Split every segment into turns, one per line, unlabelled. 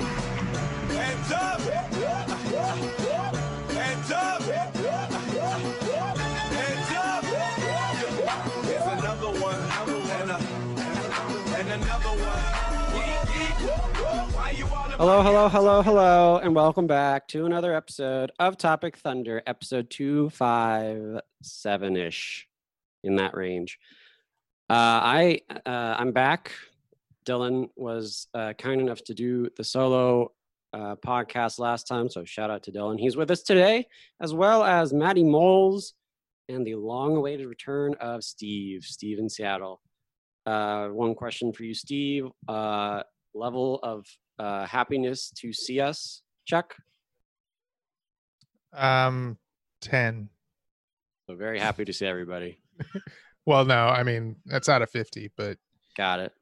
Hands up! Hands up! Hands up! It's another one, and, a- and another one. Why you all about
Hello, hello, hello, hello, and welcome back to another episode of Topic Thunder, episode 257 ish, in that range. Uh, I, uh, I'm back. Dylan was uh, kind enough to do the solo uh, podcast last time, so shout out to Dylan. He's with us today, as well as Maddie Moles and the long awaited return of Steve, Steve in Seattle. Uh, one question for you, Steve. Uh, level of uh, happiness to see us. Check.
Um, ten.
So very happy to see everybody.
Well, no, I mean that's out of fifty, but
Got it.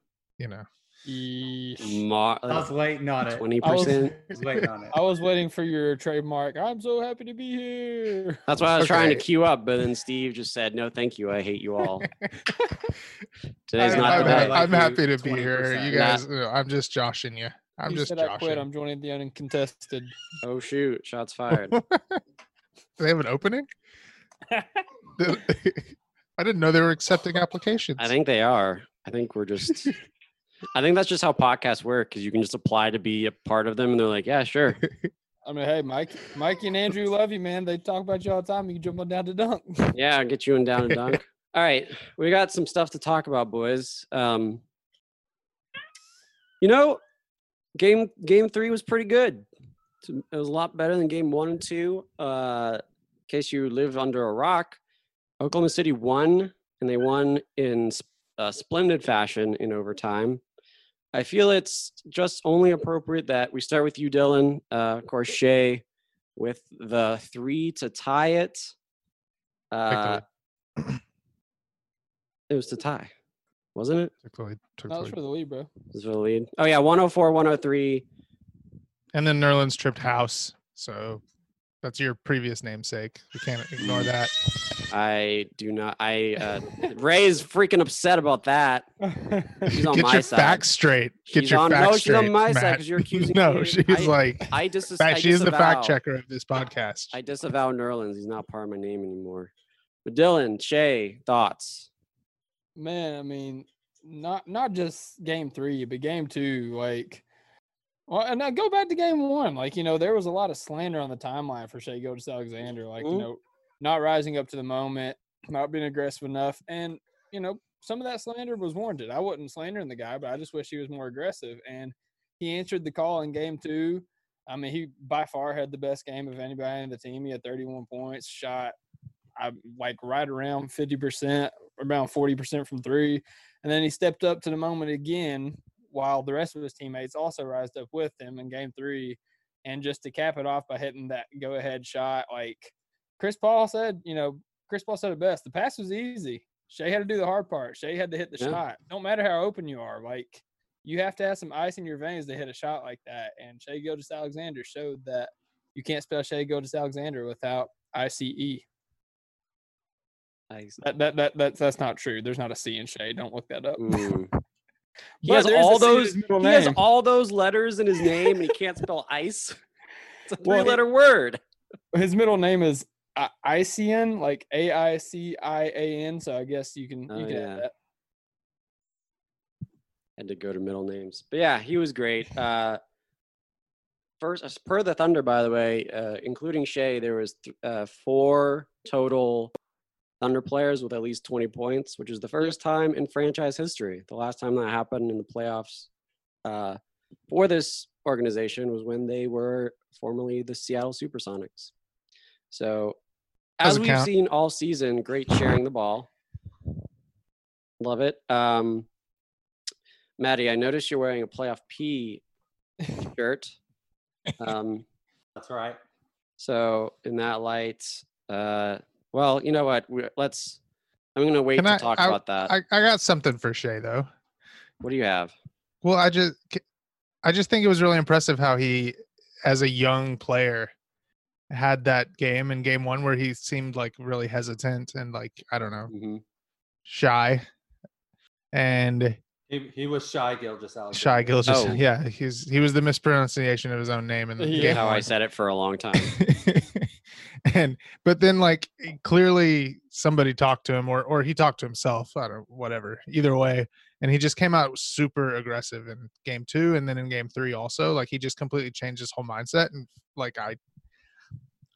you know, Mm.
Yeesh.
Mar-
I was waiting on it.
uh, twenty
I was-
percent.
I was waiting on it.
I was waiting for your trademark. I'm so happy to be here.
That's why I was trying to
Okay.
queue up, but then Steve just said, "No, thank you. I hate you all." Today's
I-
not the
I'm, ha-
day.
I like
I'm
you
happy to be here.
20%.
You
Nah.
guys, uh, I'm just joshing you. I'm
You
just
said I quit.
joshing.
I'm joining the uncontested.
oh shoot! Shots fired.
Do they have an opening? I didn't know they were accepting applications.
I think they are. I think we're just. I think that's just how podcasts work because you can just apply to be a part of them, and they're like, "Yeah, sure."
I mean, hey, Mike, Mikey and Andrew love you, man. They talk about you all the time. You can jump on down to dunk.
Yeah, I'll get you in down and dunk. All right, we got some stuff to talk about, boys. Um, you know, game game three was pretty good. It's- It was a lot better than game one and two. Uh, in case you live under a rock, Oklahoma City won, and they won in sp- uh, splendid fashion in overtime. I feel it's just only appropriate that we start with you, Dylan. Uh, of course, Shea with the three to tie it. Uh,
Took
it was to tie, wasn't it?
the lead, took the
That was
lead.
for the lead, bro.
It was for the lead. Oh yeah, 104, 103.
And then Nerlens tripped house. So that's your previous namesake. We can't ignore that.
I do not. I uh, Ray's freaking upset about that. She's on
Get
my
your
side.
facts straight. Get
She's
your
on-
facts
no, she's
straight.
on my side
Matt.
'cause you're accusing
No,
me.
she's
I-
like.
I dis.
fact,
I
she is the
disavow-
fact checker of this podcast.
I disavow Nerlens. He's not part of my name anymore. But Dylan, Shay, thoughts?
man i mean not not just game three but game two like well and i go back to game one like you know there was a lot of slander on the timeline for Shea Gildas alexander like
Mhm.
you know not rising up to the moment not being aggressive enough and you know some of that slander was warranted i wasn't slandering the guy but i just wish he was more aggressive and he answered the call in game two i mean he by far had the best game of anybody in the team he had 31 points shot I like right around 50%, around 40% from three. And then he stepped up to the moment again while the rest of his teammates also rised up with him in game three. And just to cap it off by hitting that go ahead shot, like Chris Paul said, you know, Chris Paul said it best the pass was easy. Shea had to do the hard part. Shea had to hit the
Yeah.
shot. Don't matter how open you are, like you have to have some ice in your veins to hit a shot like that. And Shea Gildas Alexander showed that you can't spell Shea Gildas Alexander without E. ICE.
I,
That, that that that that's not true. There's not a C in Shay. Don't look that up.
mm. He
But
has
there is a
all
C in
those.
his middle
He has
name.
all those letters in his name, and he can't spell ice. It's a
Well,
three-letter word.
His middle name is uh, I- Ician, like A I C I A N. So I guess you can
Oh,
you can
yeah.
add that.
had to go to middle names. But yeah, he was great. Uh, first, as per the Thunder, by the way, uh, including Shea, there was th- uh, four total Thunder players with at least 20 points, which is the first time in franchise history. The last time that happened in the playoffs uh, for this organization was when they were formerly the Seattle Supersonics. So, as
Doesn't
we've
count.
seen all season, great sharing the ball. Love it. Um, Maddie, I noticed you're wearing a playoff P shirt. Um,
That's right.
so in that light, uh, Well, you know what? we let's. I'm gonna wait
Can
to
I-
talk
I-
about that.
I, I got something for Shea though.
what do you have?
Well, I just c- I just think it was really impressive how he, as a young player, had that game in game one where he seemed like really hesitant and like I don't know
Mhm.
shy, and
He, he was shy Gilgis Alexander.
shy Gilgis.
Oh.
Yeah, he's he was the mispronunciation of his own name in the
Yeah.
game.
How I
one.
said it for a long time.
and but then like eh, clearly somebody talked to him or or he talked to himself i don't whatever either way and he just came out super aggressive in game two and then in game three also like he just completely changed his whole mindset and like i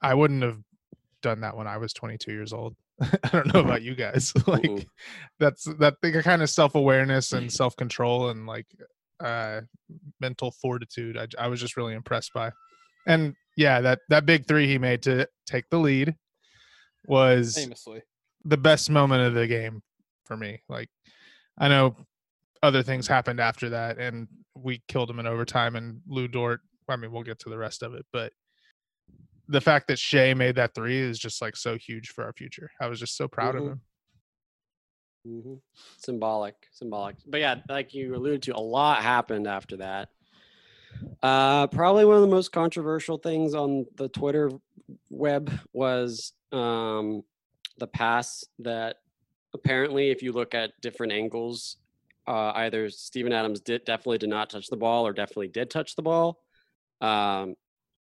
i wouldn't have done that when i was 22 years old i don't know about you guys like
Mm-mm.
that's that thing of kind of self-awareness and self-control and like uh mental fortitude I, j- I was just really impressed by and yeah that that big three he made to take the lead was
famously.
the best moment of the game for me like i know other things happened after that and we killed him in overtime and lou dort i mean we'll get to the rest of it but the fact that Shea made that three is just like so huge for our future. I was just so proud
Mhm.
of him.
hmm Symbolic, symbolic. But yeah, like you alluded to, a lot happened after that. Uh, probably one of the most controversial things on the Twitter web was um, the pass that apparently, if you look at different angles, uh, either Steven Adams did definitely did not touch the ball or definitely did touch the ball. Um,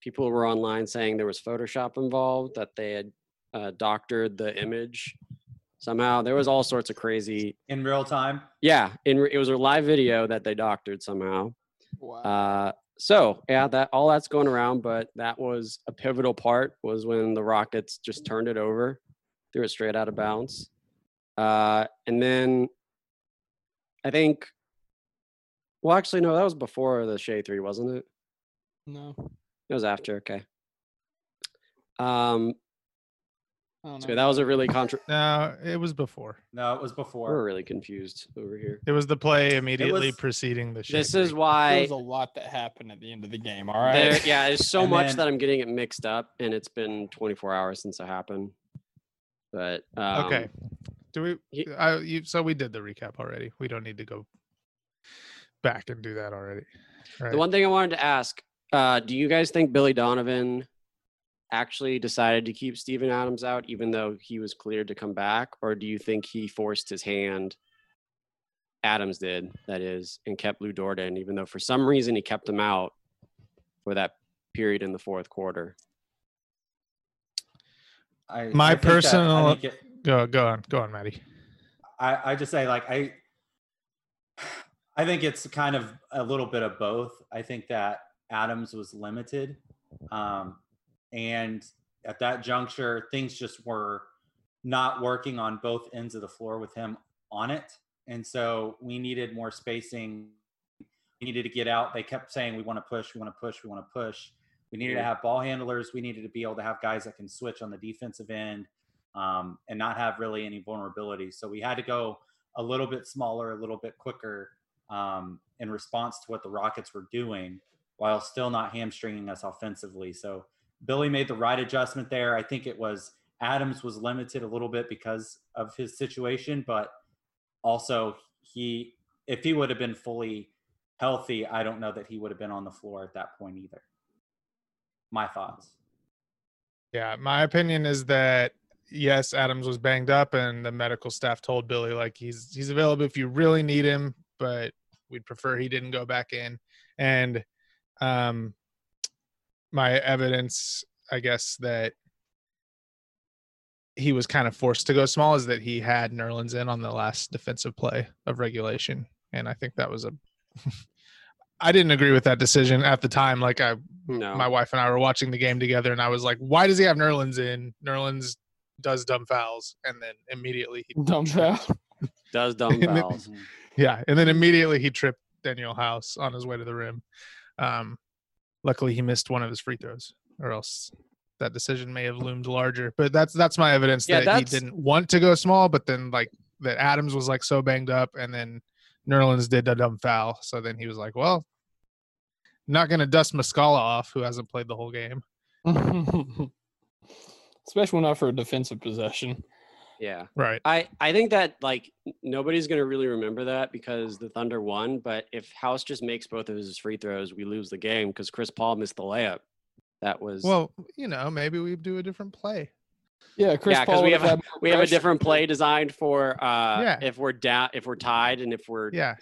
people were online saying there was Photoshop involved, that they had uh, doctored the image somehow. There was all sorts of crazy.
in real time.
Yeah, in, re- it was a live video that they doctored somehow.
Wow.
Uh, so yeah, that all that's going around, but that was a pivotal part was when the Rockets just turned it over, threw it straight out of bounds, uh, and then I think. Well, actually, no, that was before the Shea three, wasn't it?
no,
It was after. Okay. Um.
I don't
So
know.
that was a really contra.
No, it was before.
No, it was
We're
before.
really confused over here.
It was the play immediately
was-
preceding the.
This
Shea
is
three.
there
why
was a lot that happened at the end of the game. All right.
There, yeah, there's so
And
much
then-
that I'm getting it mixed up, and it's been 24 hours since it happened. But um,
okay. Do we?
he-
I, you, so we did the recap already. We don't need to go back and do that already. Right.
the one thing I wanted to ask: uh, Do you guys think Billy Donovan actually decided to keep Steven Adams out, even though he was cleared to come back, or do you think he forced his hand? Adams did, that is, and kept Lou Dort in, even though for some reason he kept him out for that period in the fourth quarter.
I,
My
I think that- I
personal-
think it-
go go on go on, Maddie.
I, I just say like I I think it's kind of a little bit of both. I think that Adams was limited. Um, and at that juncture, things just were not working on both ends of the floor with him on it. And so we needed more spacing. We needed to get out. They kept saying, we want to push, we want to push, we want to push. We needed to
Mhm.
have ball handlers. We needed to be able to have guys that can switch on the defensive end um, and not have really any vulnerability. So we had to go a little bit smaller, a little bit quicker um, in response to what the Rockets were doing while still not hamstringing us offensively. So Billy made the right adjustment there. I think it was Adams was limited a little bit because of his situation, but also he, if he would have been fully healthy, I don't know that he would have been on the floor at that point either. My thoughts.
Yeah, my opinion is that yes, Adams was banged up, and the medical staff told Billy like he's he's available if you really need him, but we'd prefer he didn't go back in. And um, my evidence, I guess that he was kind of forced to go small is that he had Nerlens in on the last defensive play of regulation, and I think that was a. I didn't agree with that decision at the time. Like I
No,
my wife and I were watching the game together, and I was like, "Why does he have Nerlens in? Nerlens does dumb fouls, and then immediately he
Dumbbell.
does
And it-
dumbbells.
yeah, and then immediately he tripped Daniel House on his way to the rim. Um, luckily, he missed one of his free throws, or else that decision may have loomed larger. But that's that's my evidence
Yeah,
that he
that's-
didn't want to go small, but then like that Adams was like so banged up, and then Nerlens did a dumb foul, so then he was like, "Well." Not gonna dust Muscala off, who hasn't played the whole game.
especially not for a defensive possession.
Yeah.
Right.
I, I think that like n- nobody's gonna really remember that because the Thunder won. But if House just makes both of his free throws, we lose the game because Chris Paul missed the layup. That was
Well, you know, maybe we do a different play.
Yeah, Chris
Yeah, 'cause
Paul.
we
would've
have
had more
we have a
pressure.
different play designed for uh
Yeah.
if we're down if we're tied and if we're
Yeah.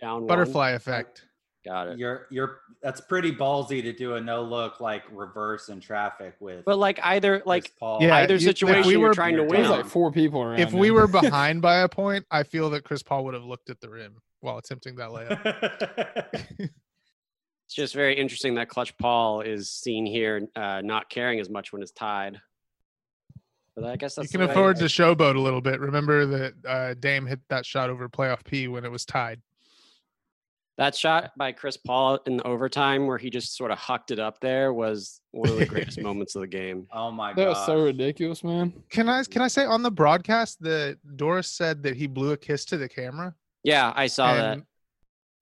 down one.
Butterfly effect.
Got it.
You're you're that's pretty ballsy to do a no look like reverse in traffic with
But like either like
Chris Paul.
Yeah,
either
you- if
situation
we
you're
were-
trying to
It
There
win.
was like four people around.
If we
him.
were behind by a point, I feel that Chris Paul would have looked at the rim while attempting that layup.
It's just very interesting that Clutch Paul is seen here uh, not caring as much when it's tied. But I guess
You
that's
can
the way-
afford to showboat a little bit. Remember that uh, Dame hit that shot over playoff P when it was tied.
that shot by Chris Paul in the overtime where he just sort of hucked it up there was one of the greatest moments of the game.
oh my
that
god.
was so ridiculous, man.
Can I can I say on the broadcast that Doris said that he blew a kiss to the camera?
Yeah, I saw that.
and,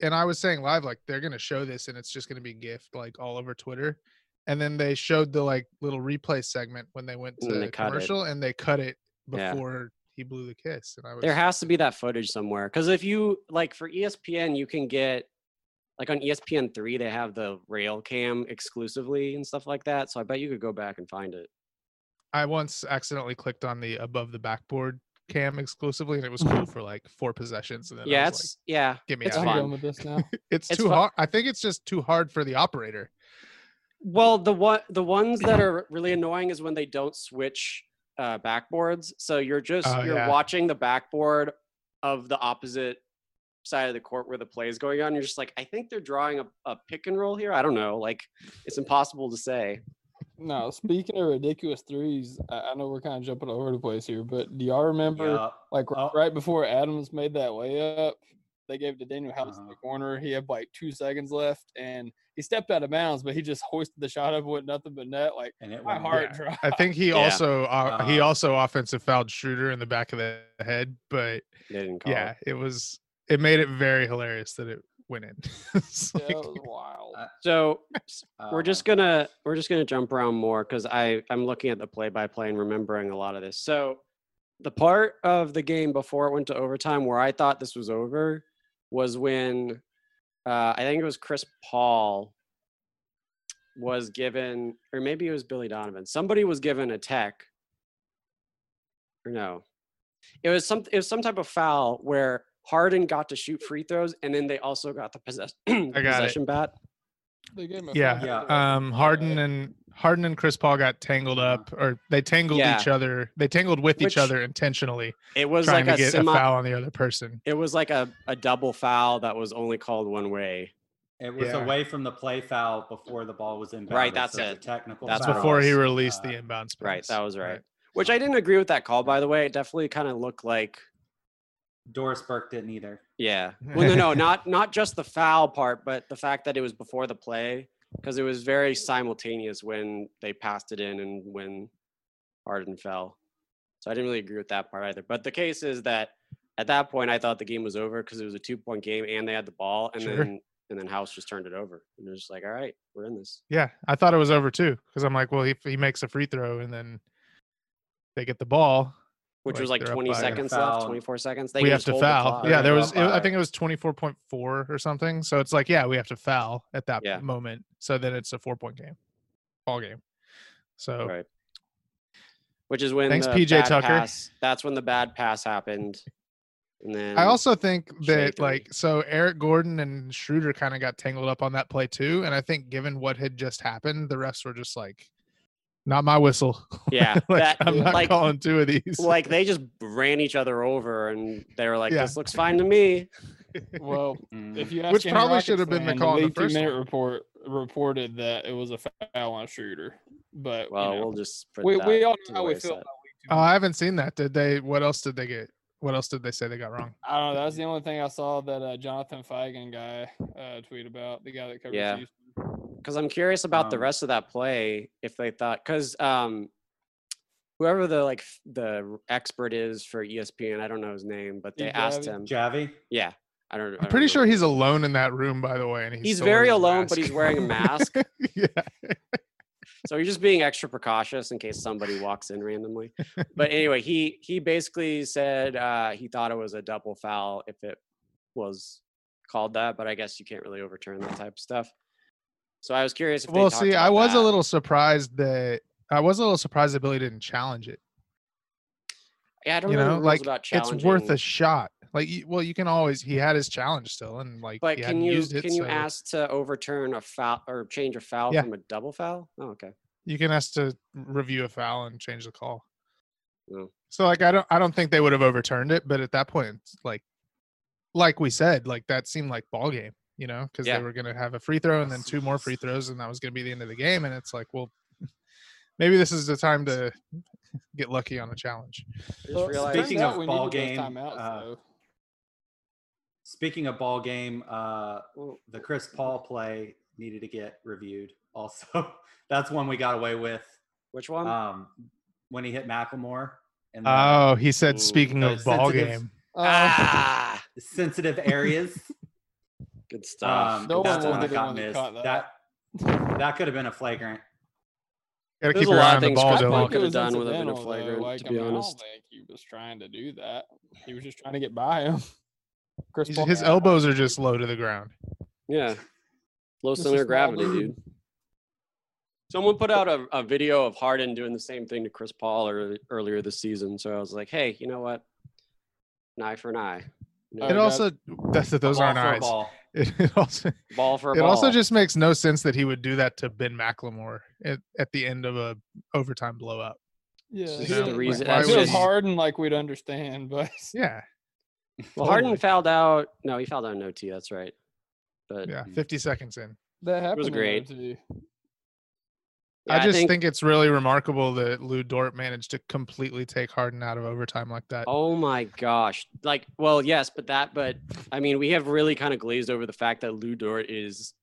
and I was saying live, like they're gonna show this and it's just gonna be gift like all over Twitter. And then they showed the like little replay segment when they went
And
to
they cut it.
commercial and they cut it
Yeah.
before he blew the kiss. And I was
There has to be that footage somewhere because if you like for E ESPN, you can get like on E ESPN three they have the rail cam exclusively and stuff like that. So I bet you could go back and find it.
I once accidentally clicked on the above the backboard cam exclusively and it was cool for like four possessions and then I
yeah,
was
it's yeah,
like, get me
it's
out
I'm
of here.
done with this now.
It's,
It's
too
fu-
hard. I think it's just too hard for the operator.
Well, the one the ones that are really annoying is when they don't switch uh, backboards. So you're just
Oh,
you're
yeah.
watching the backboard of the opposite side of the court where the play is going on. You're just like, I think they're drawing a, a pick and roll here. I don't know. Like it's impossible to say.
no, speaking of ridiculous threes, I, I know we're kind of jumping all over the place here, but do y'all remember
Yup.
like r-
Oh.
right before Adams made that layup, they gave it to Daniel House in
Uh-huh.
the corner. He had like two seconds left, and he stepped out of bounds, but he just hoisted the shot up with nothing but net. Like
And it
my
went-
heart dropped.
I think he
Yeah. Uh-huh.
also uh, he
Uh,
also offensive fouled Schroeder in the back of the head, but
They didn't call
yeah,
it.
it was it made it very hilarious that it went in. It's
Yeah, it
like-
was wild.
Uh,
So
Oh,
we're just gonna we're just gonna jump around more because I I'm looking at the play by play and remembering a lot of this. So the part of the game before it went to overtime where I thought this was over was when uh, I think it was Chris Paul was given or maybe it was Billy Donovan. Somebody was given a tech or no. It was some it was some type of foul where Harden got to shoot free throws and then they also got the, possess- the
got it.
possession bat.
They gave him a
yeah,
foul.
Yeah.
Um, Harden
Uh,
and Harden and Chris Paul got tangled up, or they tangled
Mm-hmm. Yeah.
each other. They tangled with
Which
each other intentionally,
It was
trying
like a
to get
semi
a foul on the other person.
It was like a, a double foul that was only called one way.
It was
Yeah.
away from the play foul before the ball was in.
Right, that's
so it's a
it.
Technical.
That's
That's
what it
foul.
before he
was.
released
Uh,
the inbounds.
Right,
pass,
that was right. Which I didn't agree with that call, by the way. It definitely kind of looked like,
Doris Burke didn't either.
yeah. Well, no, no, not not just the foul part, but the fact that it was before the play because it was very simultaneous when they passed it in and when Harden fell. So I didn't really agree with that part either. But the case is that at that point, I thought the game was over because it was a two point game and they had the ball, and
Sure.
then and then House just turned it over, and it was just like, all right, we're in this.
Yeah, I thought it was over too because I'm like, well, if he makes a free throw and then they get the ball,
which was
Like,
like
they're up
20
by a
seconds left,
foul.
24 seconds. They
we
can
have
just
to
hold the
foul.
clock.
yeah,
They
there
go
was. It, I
by.
think it was twenty four point four or something. So it's like, yeah, we have to foul at that
Yeah.
moment. So then it's a four point game, ball game. So
Right. Which is when
Oh. Thanks,
the
PJ
bad
Tucker.
Pass, that's when the bad pass happened. And then
I also think
Shea
that
three.
like so Eric Gordon and Schroeder kind of got tangled up on that play too, and I think given what had just happened, the refs were just like, "Not my whistle."
yeah,
like,
that
I'm not
like
calling two of these.
like they just ran each other over and they were like
Yeah.
this looks fine to me.
Well,
Mm.
if you ask
Which
any
probably
Rockets
should have been the
fan,
call in the
league
first
two-minute report reported that it was a foul on Shooter, but you
Well,
know,
we'll just put
we,
that
we all
to the
know how we feel.
wayside.
about league
oh,
two-minute
I haven't seen that. Did they? What else did they get? What else did they say they got wrong?
I don't know. That's the only thing I saw that uh, Jonathan Fagan guy uh, tweet about the guy that covers
Yeah.
Houston.
because I'm curious about the
Um,
rest of that play. If they thought, because um, whoever the like f- the r- expert is for E ESPN, I don't know his name, but they
Steve
asked
Javi?
him.
Javi.
Yeah, I don't. I
I'm
don't
pretty
remember.
sure he's alone in that room, by the way, and he's,
He's
still wearing
very
a
alone, but
mask.
he's wearing a mask.
yeah,
so you're just being extra precautious in case somebody walks in randomly. But anyway, he he basically said uh, he thought it was a double foul if it was called that, but I guess you can't really overturn that type of stuff. So I was curious if they
well,
talked
see, I
about
was
that.
a little surprised that I was a little surprised that Billy didn't challenge it.
yeah, I don't
you
know, the
know,
rules
like
about
it's worth
challenging.
a shot. Like, you- well, you can always he had his challenge still, and like,
But
he
can
hadn't
you
used it,
can you
so
ask to overturn a foul or change a foul
Yeah.
from a double foul? Oh, okay.
You can ask to review a foul and change the call.
Yeah.
So like, I don't, I don't think they would have overturned it, but at that point, it's like, like we said, like that seemed like ball game, you know, because
Yeah.
they were gonna have a free throw and then two more free throws, and that was gonna be the end of the game, and it's like, well, maybe this is the time to get lucky on a challenge.
I just
Well, it
realized
turns
Speaking
out
of
we
ball
needed those
game,
timeouts,
uh,
though.
Speaking of ball game, uh,
Well,
the Chris Paul play needed to get reviewed. Also, that's one we got away with
which one?
um, when he hit Macklemore. And
Oh, he said,
Mm. Ooh,
speaking
those
of ball
sensitive-
game,
Uh,
ah,
sensitive areas.
good stuff.
um,
No
that's
one
one
will be the
that got
one that
missed.
caught
That.
that.
that could have been a flagrant.
gotta
There's
keep
a
your
lot
eye
of
on the
things
ball,
Scott
I
Paul
Dylan.
think it
could've
was
done would've been a
incidental, though.
flagrant, to
Like,
be
I, mean,
honest.
I don't think he was trying to do that. He was just trying to get by him. Chris
He's-
Paul.
His elbows are just low to the ground.
Yeah. Low
Just a
center
small
of gravity,
dude.
dude. Someone put out a, a video of Harden doing the same thing to Chris Paul early, earlier this season. So I was like, hey, you know what? An eye for an eye. You know,
I
It
got-
also that's that those
Ball
aren't
for a
eyes.
Ball.
It, it also
ball for a
it
ball.
also just makes no sense that he would do that to Ben McLemore at, at the end of a overtime blowout.
Yeah,
This
is
he
the
didn't-
reason-
Like,
that's
if it was
just-
Harden, like we'd understand, but
Yeah,
well, Harden
totally.
fouled out. No, he fouled out an OT. That's right. But yeah,
yeah, fifty seconds in.
that happened.
was
in
great.
OT.
I just think, it's really remarkable that Lou Dort managed to completely take Harden out of overtime like that.
Oh my gosh. Like, well, yes, but that, but I mean, we have really kind of glazed over the fact that Lou Dort is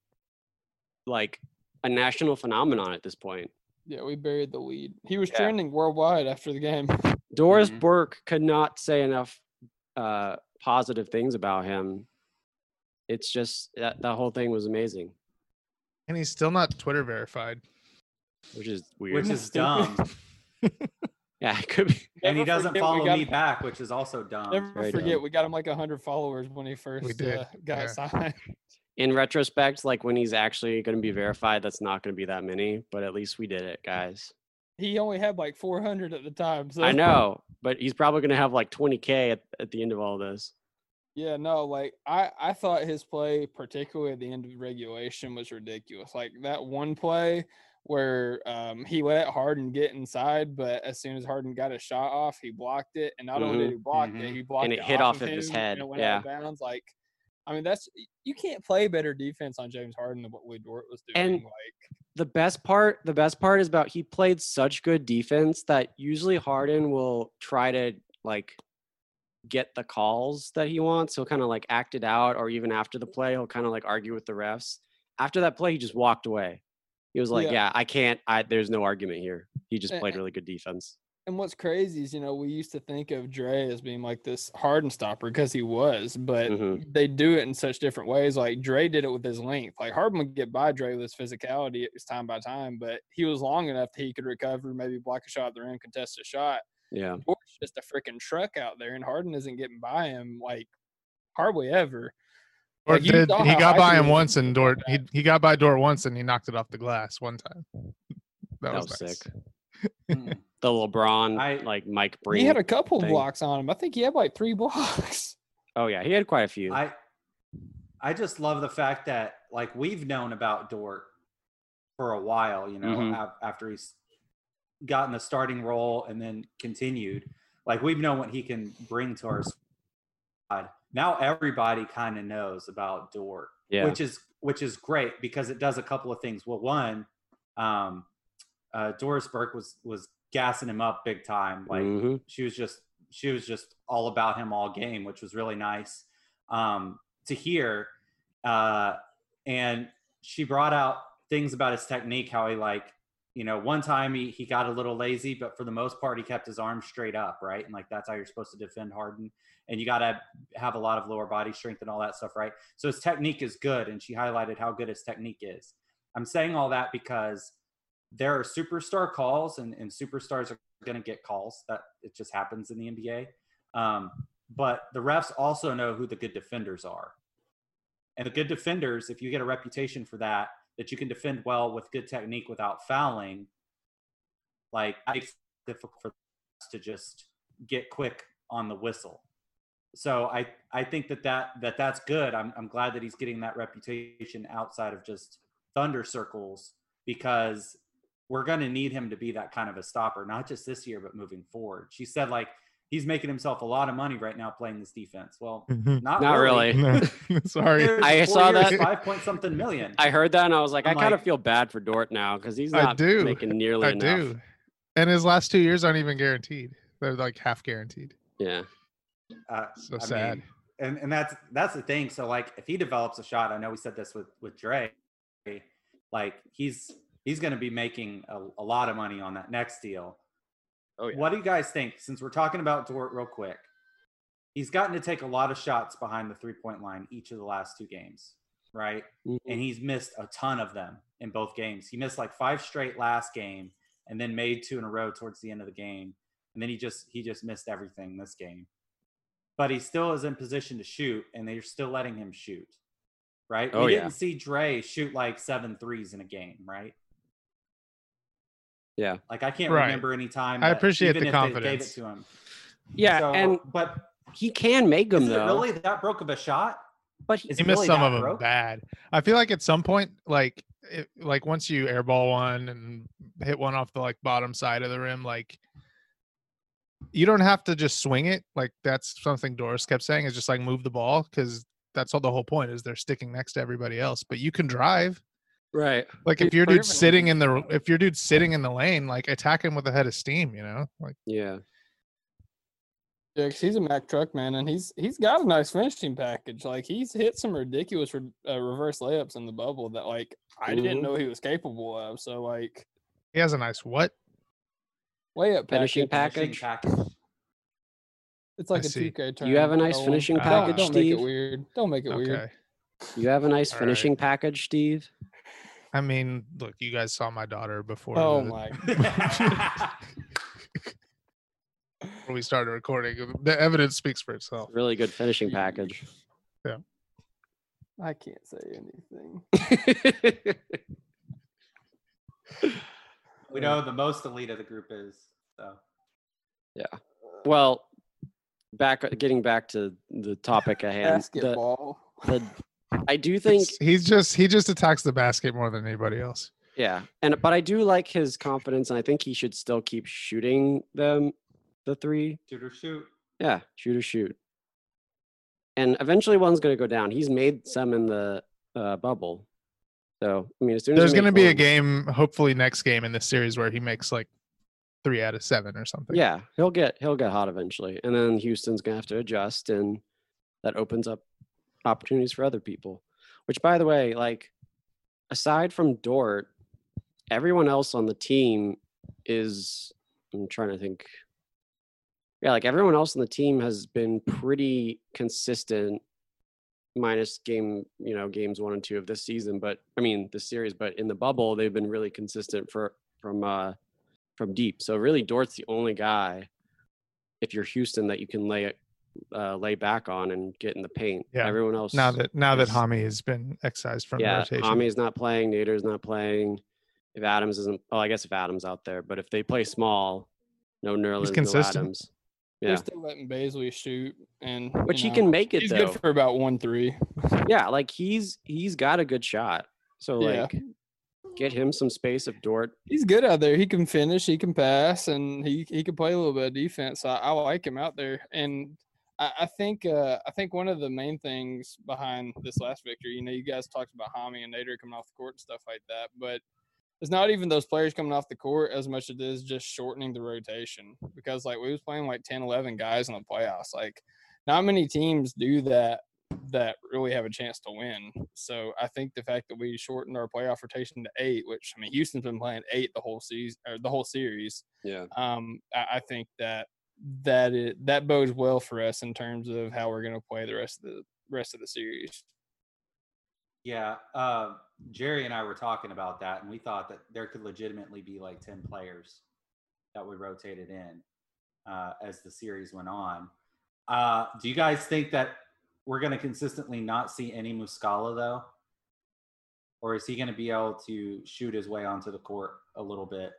like a national phenomenon at this point.
Yeah, we buried the lead. He was
Yeah.
trending worldwide after the game.
Doris
Mhm.
Burke could not say enough uh, positive things about him. It's just that that whole thing was amazing,
And he's still not Twitter verified.
which is weird.
Which is dumb.
yeah, it could be.
and he
Never
doesn't
forget we
follow
got
me
him-
back, which is also dumb.
Never
very
forget,
dumb.
we got him like hundred followers when he first
did,
uh, got
yeah.
signed.
In retrospect, like when he's actually going to be verified, that's not going to be that many, but at least we did it, guys.
He only had like four hundred at the time. So
I know, but he's probably going to have like 20K at, at the end of all this.
Yeah, no, like I I thought his play, particularly at the end of regulation, was ridiculous. Like that one play where um, he let Harden get inside, but as soon as Harden got a shot off, he blocked it, and not only did he block it,
mhm.
he blocked
mm-hmm. it hit off of his
him,
head,
And it went out of bounds. Like, I mean, that's you can't play better defense on James Harden than what Lou Dort was doing.
And-
like,
the best part the best part is about he played such good defense that usually Harden will try to like get the calls that he wants. He'll kind of like act it out or even after the play he'll kind of like argue with the refs. After that play he just walked away. He was like,
Yeah.
"Yeah, I can't. I there's no argument here." He just
A-
played
a-
really good defense.
and what's crazy is you know we used to think of Dre as being like this Harden stopper because he was, but
Mhm.
they do it in such different ways. Like Dre did it with his length. Like Harden would get by Dre with his physicality. It was time by time, but he was long enough that he could recover, maybe block a shot at the rim, contest a shot.
Yeah.
Dort's just a freaking truck out there, and Harden isn't getting by him like hardly ever.
Or
Like, you
did,
saw
he
how
got
I
by
do
him
it.
once and Dort he, he got by Dort once and he knocked it off the glass one time. That,
That,
was,
was,
nice.
sick.
Mm-mm.
The LeBron
I-
like Mike Breen.
he had a couple
thing.
blocks on him. I think he had like three blocks.
oh yeah, he had quite a few.
I I just love the fact that like we've known about Dort for a while, you know,
Mhm.
af- after he's gotten the starting role and then continued. Like we've known what he can bring to our squad. Now everybody kind of knows about Dort,
yeah.
which is which is great because it does a couple of things. Well, one, um, uh, Doris Burke was was gassing him up big time, like
Mhm.
she was just she was just all about him all game, which was really nice um, to hear. Uh, and she brought out things about his technique, how he like, you know, one time he he got a little lazy, but for the most part he kept his arms straight up, right? And like that's how you're supposed to defend Harden, and you got to have a lot of lower body strength and all that stuff, right? So his technique is good, and she highlighted how good his technique is. I'm saying all that because there are superstar calls, and, and superstars are going to get calls. That it just happens in the NBA. Um, but the refs also know who the good defenders are, and the good defenders, if you get a reputation for that, that you can defend well with good technique without fouling, like it's difficult for us to just get quick on the whistle. So I I think that that, that that's good. I'm I'm glad that he's getting that reputation outside of just thunder circles because we're going to need him to be that kind of a stopper, not just this year but moving forward. She said like he's making himself a lot of money right now playing this defense. Well, not,
Not really.
No, Sorry.
There's
I
four
saw
years,
that.
five point something million.
I heard that and I was like, i
I'm
kind of
like-
feel bad for Dort now because he's
I
not
do.
making nearly
I
enough.
do. And his last two years aren't even guaranteed. They're like half guaranteed.
Yeah.
Uh,
So
I
sad.
mean, and and that's that's the thing. So like, if he develops a shot, I know we said this with with Dre, like he's he's going to be making a, a lot of money on that next deal.
Oh, yeah.
What do you guys think? Since we're talking about Dort real quick, he's gotten to take a lot of shots behind the three point line each of the last two games, right?
Mhm.
and he's missed a ton of them in both games. He missed like five straight last game, and then made two in a row towards the end of the game, and then he just he just missed everything this game. But he still is in position to shoot, and they're still letting him shoot, right?
Oh,
we
yeah.
didn't see Dre shoot like seven threes in a game, right?
Yeah.
Like I can't
Right.
remember any time.
I
that-
appreciate
even
the
if they Gave it
confidence.
to him.
Yeah.
So-
and
but
he can make them
is it
though.
really that broke of a shot?
But he-
Is
he
it
missed
really
some
that
of them
broke?
bad. I feel like at some point, like it, like once you airball one and hit one off the like bottom side of the rim, like you don't have to just swing it. Like that's something Doris kept saying is just like move the ball because that's all the whole point is they're sticking next to everybody else. But you can drive.
right.
Like
He's
if your dude's
proven
sitting in the if your dude's sitting in the lane, like attack him with a head of steam. You know, like
Yeah.
Yeah, 'cause he's a Mack truck man, and he's he's got a nice finishing package. Like he's hit some ridiculous re- uh, reverse layups in the bubble that like I
Mhm.
didn't know he was capable of. So like
he has a nice what?
layup
Finishing
package,
Finishing
package.
package.
It's like a
see.
two K term.
You have a
but
nice
oh well.
finishing
Don't-
package,
Don't
Steve?
make it weird. Don't make it
Okay.
weird.
You have a nice
All right.
finishing package, Steve.
I mean, look, you guys saw my daughter before.
Oh
the-
my!
before we started recording. The evidence speaks for itself.
Really good finishing package.
I can't say anything.
we know the most elite of the group is. uh, So
well, back getting back to the topic at hand. The,
Basketball.
the, I do think
It's- he's just he just attacks the basket more than anybody else.
Yeah, and but I do like his confidence, and I think he should still keep shooting them, the three.
shoot or shoot.
Yeah, shoot or shoot. And eventually, one's going to go down. He's made some in the uh, bubble, so I mean, as soon as
There's
going to
be a game, hopefully next game in this series where he makes like three out of seven or something.
Yeah, he'll get he'll get hot eventually, and then Houston's going to have to adjust, and that opens up opportunities for other people. Which, by the way, like aside from Dort, everyone else on the team is. I'm trying to think. Yeah, like everyone else on the team has been pretty consistent, minus game, you know, games one and two of this season. But I mean, the series. But in the bubble, they've been really consistent for from uh from deep. So really, Dort's the only guy, if you're Houston, that you can lay it- uh, lay back on and get in the paint.
Yeah.
Everyone else
Now that now that
Yes.
Hami has been excised from
yeah,
the rotation.
Tommy's not playing. Nader's not playing. If Adams isn't, well, I guess if Adams out there, but if they play small, no Nerlens, no
consistent.
Adams.
They're
Yeah,
still letting Baisley shoot, and
which he
you know,
can make it
He's
though.
good for about one three.
yeah, like he's he's got a good shot. So
Yeah.
like, get him some space if Dort.
He's good out there. He can finish. He can pass, and he he can play a little bit of defense. I, I like him out there, and I, I think uh, I think one of the main things behind this last victory, you know, you guys talked about Hami and Nader coming off the court and stuff like that, but it's not even those players coming off the court as much as it is just shortening the rotation because like we was playing like 10, 11 guys in the playoffs. Like not many teams do that that really have a chance to win. So I think the fact that we shortened our playoff rotation to eight, which I mean Houston's been playing eight the whole season or the whole series.
Yeah.
Um, I, I think that that it that bodes well for us in terms of how we're going to play the rest of the rest of the series.
Yeah, uh, Jerry and I were talking about that, and we thought that there could legitimately be like ten players that we rotated in uh, as the series went on. Uh, do you guys think that we're going to consistently not see any Muscala though, or is he going to be able to shoot his way onto the court a little bit?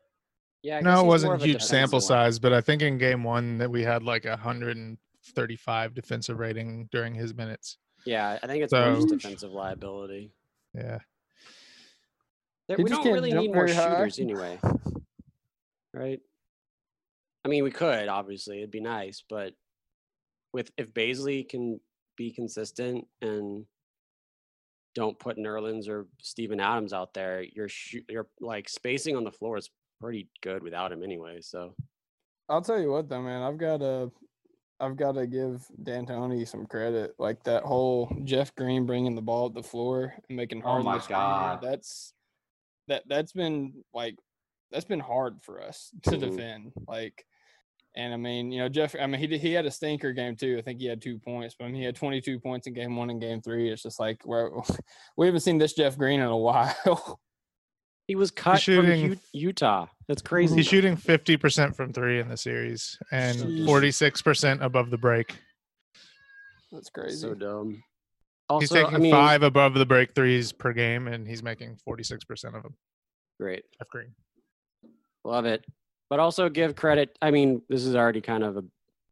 Yeah. 'cause he's
No, it
more
wasn't
of a
huge sample
defensive one.
size, but I think in game one that we had like a hundred and thirty-five defensive rating during his minutes.
Yeah, I think it's more just
So-
defensive liability.
Yeah,
There-
He
we
just
don't
can't
really
jump
need more
very high.
shooters anyway, right? I mean, we could obviously; it'd be nice, but with if Baisley can be consistent and don't put Nerlens or Steven Adams out there, your shoot, your like spacing on the floor is pretty good without him anyway. So
I'll tell you what though, man, I've got to, I've got to give D'Antoni some credit. Like that whole Jeff Green bringing the ball at the floor and making
Oh
hard.
my God.
that's that that's been like that's been hard for us to
Mhm.
defend. Like, and I mean, you know, Jeff. I mean, he did, he had a stinker game too. I think he had two points, but I mean, he had 22 points in game one and game three. It's just like we're, we haven't seen this Jeff Green in a while.
he was cut
shooting-
from U- Utah. That's crazy.
he's shooting fifty percent from three in the series and
Jeez.
forty-six percent above the break.
that's crazy.
So dumb. Also,
he's taking
I mean,
five above the break threes per game, and he's making forty-six percent of them.
Great.
Jeff Green.
Love it. But also give credit. I mean, this is already kind of a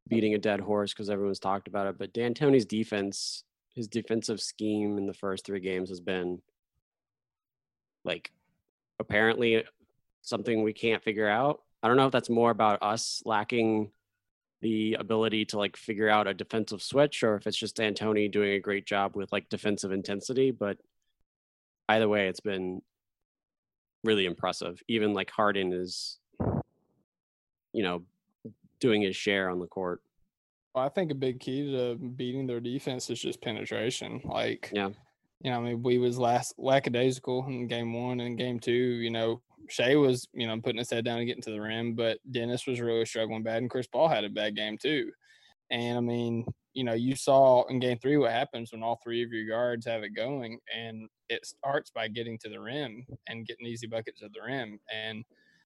beating a dead horse because everyone's talked about it. But D'Antoni's defense, his defensive scheme in the first three games has been like apparently something we can't figure out. I don't know if that's more about us lacking the ability to like figure out a defensive switch or if it's just D'Antoni doing a great job with like defensive intensity. But either way, it's been really impressive. Even like Harden is, you know, doing his share on the court.
Well, I think a big key to beating their defense is just penetration. Like,
Yeah.
you know, I mean, we was last lackadaisical in game one and game two. You know, Shea was, you know, putting his head down and getting to the rim, but Dennis was really struggling bad, and Chris Paul had a bad game too. And I mean, you know, you saw in game three what happens when all three of your guards have it going, and it starts by getting to the rim and getting easy buckets at the rim. And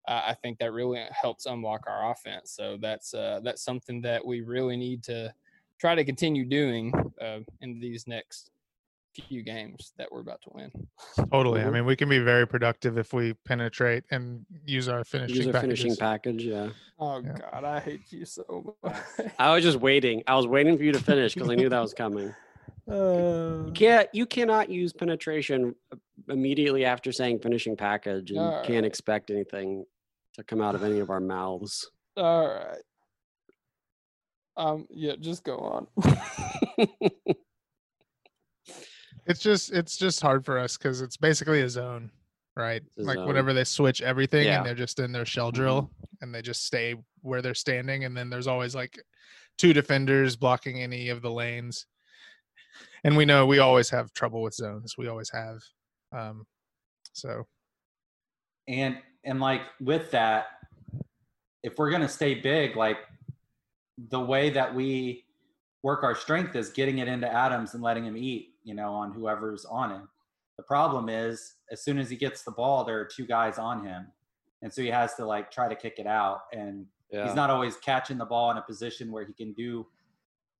uh, I think that really helps unlock our offense. So that's uh, that's something that we really need to try to continue doing uh, in these next few games that we're about to win.
Totally. I
Mhm.
mean, we can be very productive if we penetrate and use our finishing
User
packages.
finishing package. Yeah.
Oh
Yeah.
God, I hate you so much.
I was just waiting. I was waiting for you to finish because I knew that was coming. You can't. You cannot use penetration uh, immediately after saying finishing package, and you
Alright.
can't expect anything to come out of any of our mouths.
All right. Um. Yeah. Just go on.
It's just it's just hard for us because it's basically a zone, right?
It's a
like
zone.
whenever they switch everything
Yeah. Mm-hmm.
and they're just in their shell drill and they just stay where they're standing, and then there's always like two defenders blocking any of the lanes. And we know we always have trouble with zones. We always have. Um, so
and and like with that if we're going to stay big like the way that we work our strength is getting it into adams and letting him eat you know on whoever's on him the problem is as soon as he gets the ball there are two guys on him and so he has to like try to kick it out and he's not always catching the ball in a position where he can do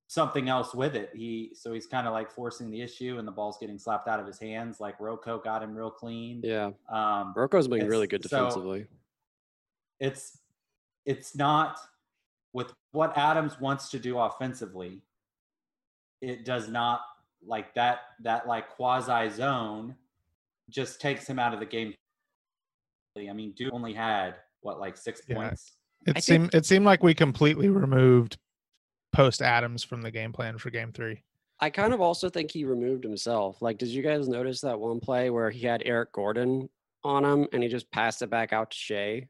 something else with it. He so he's kind of like forcing the issue, and the ball's getting slapped out of his hands. Like Rocco got him real clean.
Yeah.
Um,
Rocco's been really
It's-
good
so-
defensively.
it's it's not with what Adams wants to do offensively. It does not like that that like quasi zone just takes him out of the game. I mean, Duke only had what like six
Yeah.
points.
it
I
seemed it seemed like we completely removed post Adams from the game plan for game three.
I kind of also think he removed himself. Like, did you guys notice that one play where he had Eric Gordon on him and he just passed it back out to Shea?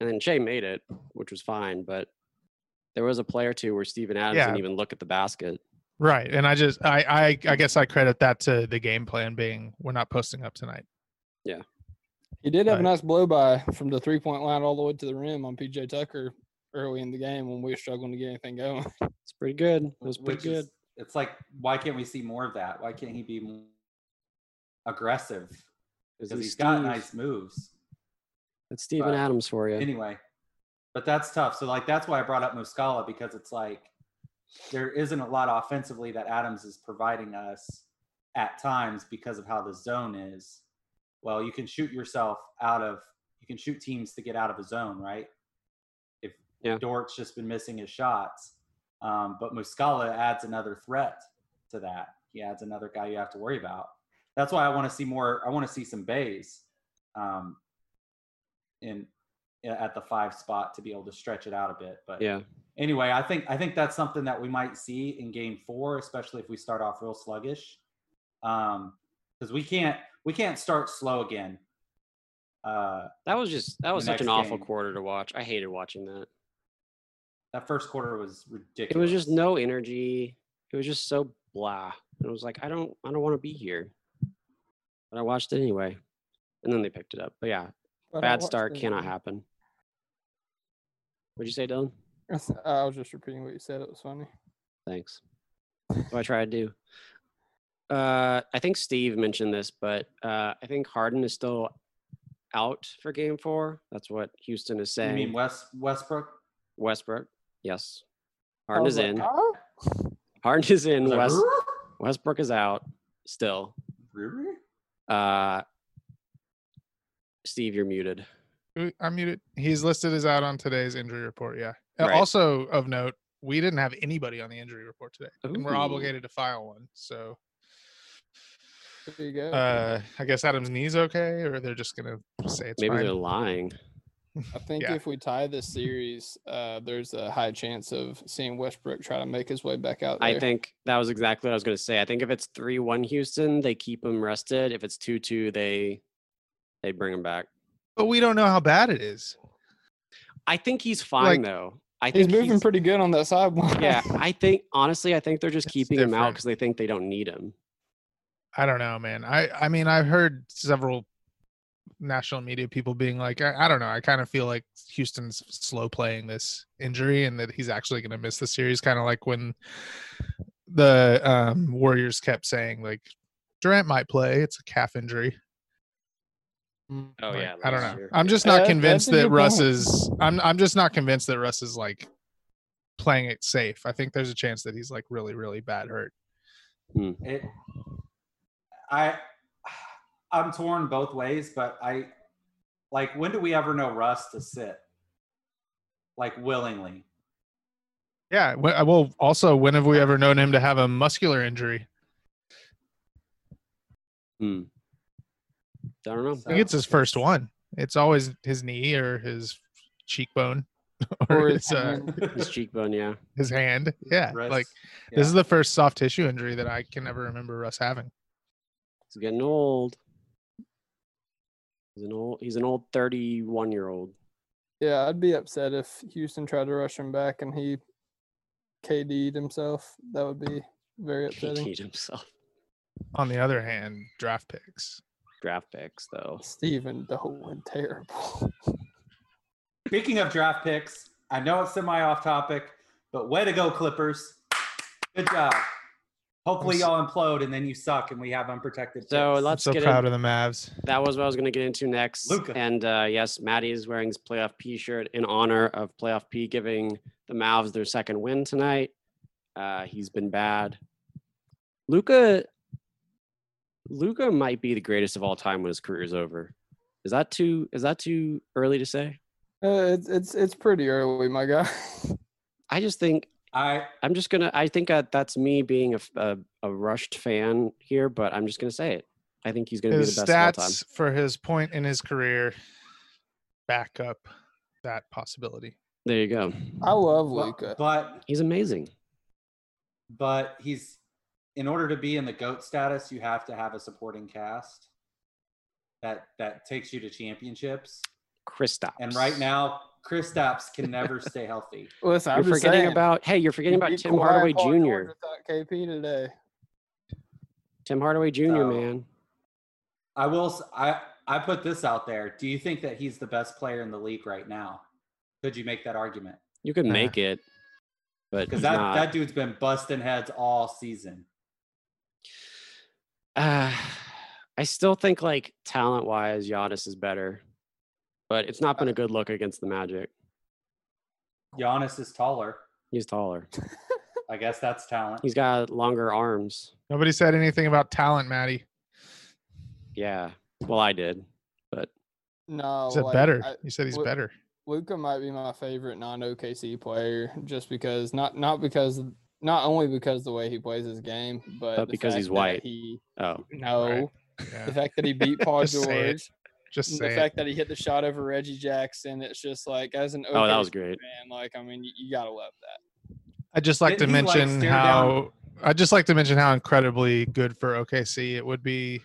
And then Shea made it, which was fine, but there was a play or two where Steven Adams
Yeah.
didn't even look at the basket.
Right. And I just I, I I guess I credit that to the game plan being we're not posting up tonight.
He did have
Right.
a nice blow by from the three point line all the way to the rim on PJ Tucker early in the game when we were struggling to get anything going.
It's pretty good. It was pretty
which
good.
Is, it's like, why can't we see more of that? Why can't he be more aggressive
Is
because
he
he's got
Steve?
nice moves.
That's Steven
but-
Adams for you.
Anyway, but that's tough. So like that's why I brought up Muscala because it's like there isn't a lot offensively that Adams is providing us at times because of how the zone is. Well, you can shoot yourself out of you can shoot teams to get out of a zone, right? If
Yeah.
Dort's just been missing his shots. Um, but Muscala adds another threat to that. He adds another guy you have to worry about. That's why I want to see more. I want to see some bays um, in at the five spot to be able to stretch it out a bit. But
yeah.
anyway, I think I think that's something that we might see in game four, especially if we start off real sluggish, because we can't we can't start slow again. Uh,
That was just that was
the
such an
next
awful
game.
quarter to watch. I hated watching that.
that first quarter was ridiculous.
It was just no energy. It was just so blah. And it was like I don't I don't want to be here. But I watched it anyway. And then they picked it up. But yeah,
But I
bad
watched
start
the-
cannot happen. What'd you say, Dylan?
I was just repeating what you said. It was funny.
Thanks. That's what I try to do. Uh, I think Steve mentioned this, but uh, I think Harden is still out for Game Four. That's what Houston is
You
saying.
mean West Westbrook?
Westbrook, yes.
I
Harden
was
is
like,
in.
"Huh?"
Harden is in.
Is that-
West Westbrook is out still. Uh, Steve, you're muted.
Ooh, I muted. He's listed as out on today's injury report. Yeah. Uh,
Right.
Also of note, we didn't have anybody on the injury report today, and we're
Ooh.
obligated to file one. So
There you
Oh,
go.
uh, I guess Adam's knee's okay, or they're just gonna say it's
Maybe
fine.
they're lying.
I think
yeah.
if we tie this series, uh, there's a high chance of seeing Westbrook try to make his way back out. There.
I think that was exactly what I was going to say. I think if it's three one Houston, they keep him rested. If it's two two, they they bring him back.
But we don't know how bad it is.
I think he's fine
Like,
though. I
he's
think
moving pretty good on that sideline.
Yeah, I think honestly, I think they're just
It's
keeping him out
different.
because they think they don't need him.
I don't know, man. I I mean, I've heard several national media people being like, I, I don't know. I kind of feel like Houston's slow playing this injury and that he's actually going to miss the series. Kind of like when the um, Warriors kept saying like Durant might play. It's a calf injury.
Mm.
Oh
Like, I don't know. I'm just
Yeah,
not
that- that's
convinced
a
that
good
Russ
point.
is. I'm I'm just not convinced that Russ is like playing it safe. I think there's a chance that he's like really really bad hurt.
It, I, I'm torn both ways, but I, like, when do we ever know Russ to sit, like, willingly?
Yeah. we- uh, Well, also, when have we ever known him to have a muscular injury?
Hmm. I don't know.
I think it's his first one. It's always his knee or his cheekbone or,
Or
his,
it's
uh,
His cheekbone, yeah.
his hand. Yeah.
Russ,
Like
yeah.
this is the first soft tissue injury that I can ever remember Russ having.
He's getting old. He's an old. He's an old thirty-one-year-old.
yeah, I'd be upset if Houston tried to rush him back and he KD'd himself. That would be very
He
upsetting.
need himself.
On the other hand, draft picks.
Draft picks, though.
Steven Dolan, terrible.
Speaking of draft picks, I know it's semi off topic, but way to go, Clippers. Good job. Hopefully, y'all implode and then you suck and we have unprotected.
So
picks.
I'm
let's
so
get
proud
in.
of the Mavs.
That was what I was going to get into next.
Luka.
And uh, yes, Maddie is wearing his playoff P shirt in honor of playoff P giving the Mavs their second win tonight. Uh, he's been bad. Luca, Luca might be the greatest of all time when his career's over. Is that too? Is that too early to say?
Uh, it's it's it's pretty early, my guy.
I just think
I,
I'm just gonna. I think uh that's me being a, f- a- a rushed fan here, but I'm just gonna say it. I think he's gonna be
His
the best of all time.
stats for his point in his career back up that possibility.
There you go.
I love Luca.
but, but,
He's amazing.
but he's, in order to be in the GOAT status, you have to have a supporting cast that that takes you to championships.
Kristaps.
And right now, Chris Stapps can never stay healthy.
Listen,
you're
I'm just
forgetting
saying,
about. Hey, you're forgetting
you
about
beat
Tim
Kawhi
Hardaway
and Paul George
Jr.
without KP today.
Tim Hardaway Jr.
So-
Man,
I will. s- I I put this out there. Do you think that he's the best player in the league right now? Could you make that argument?
you could
Nah.
make it, but
Because
he's
that
not.
that dude's been busting heads all season.
Uh, I still think like talent wise, Giannis is better, but it's not been a good look against the Magic.
Giannis is taller.
He's taller.
I guess that's talent.
He's got longer arms.
Nobody said anything about talent, Maddie.
Yeah. Well, I did, but
No,
You said
like,
better.
I-
you said he's
what-
better.
Luca might be my favorite non OKC player just because not not because not only because the way he plays his game, but,
But
the
because
fact
he's
that
white.
He
oh,
no. The
Yeah.
fact that he beat Paul
Just say it.
George,
Just
the
say it.
fact that he hit the shot over Reggie Jackson, it's just like as an
oh, that
OKC
was great.
fan, like I mean, you, you gotta love that.
I just like to
Didn't he, like,
mention
stare
how
down-
I just like to mention how incredibly good for OKC it would be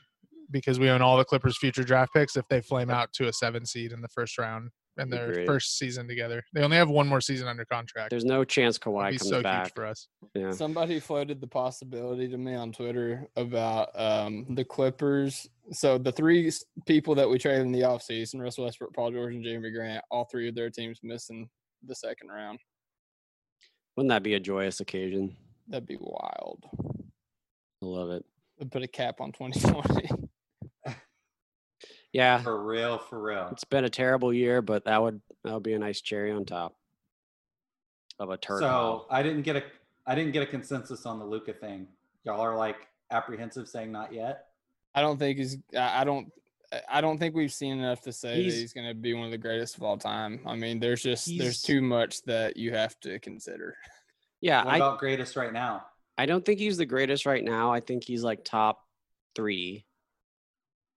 because we own all the Clippers' future draft picks if they flame out to a seven seed in the first round and their
Agreed.
first season together. They only have one more season under contract.
There's no chance
It'd
Kawhi
be
comes
so huge
back.
for us.
Yeah.
Somebody floated the possibility to me on Twitter about um, the Clippers. So the three s- people that we traded in the offseason, Russell Westbrook, Paul George, and Jeremy Grant, all three of their teams missing the second round.
Wouldn't that be a joyous occasion?
That'd be wild.
I love it.
They put a cap on 2020.
Yeah.
For real, for real.
It's been a terrible year, but that would that would be a nice cherry on top of a turd. So,
So I didn't get a I didn't get a consensus on the Luca thing. Y'all are like apprehensive saying not yet.
I don't think he's. I I don't. I- I don't think we've seen enough to say
He's-
that he's going to be one of the greatest of all time. I mean, there's just
He's-
there's too much that you have to consider.
yeah,
What
I
about greatest right now?
I don't think he's the greatest right now. I think he's like top three,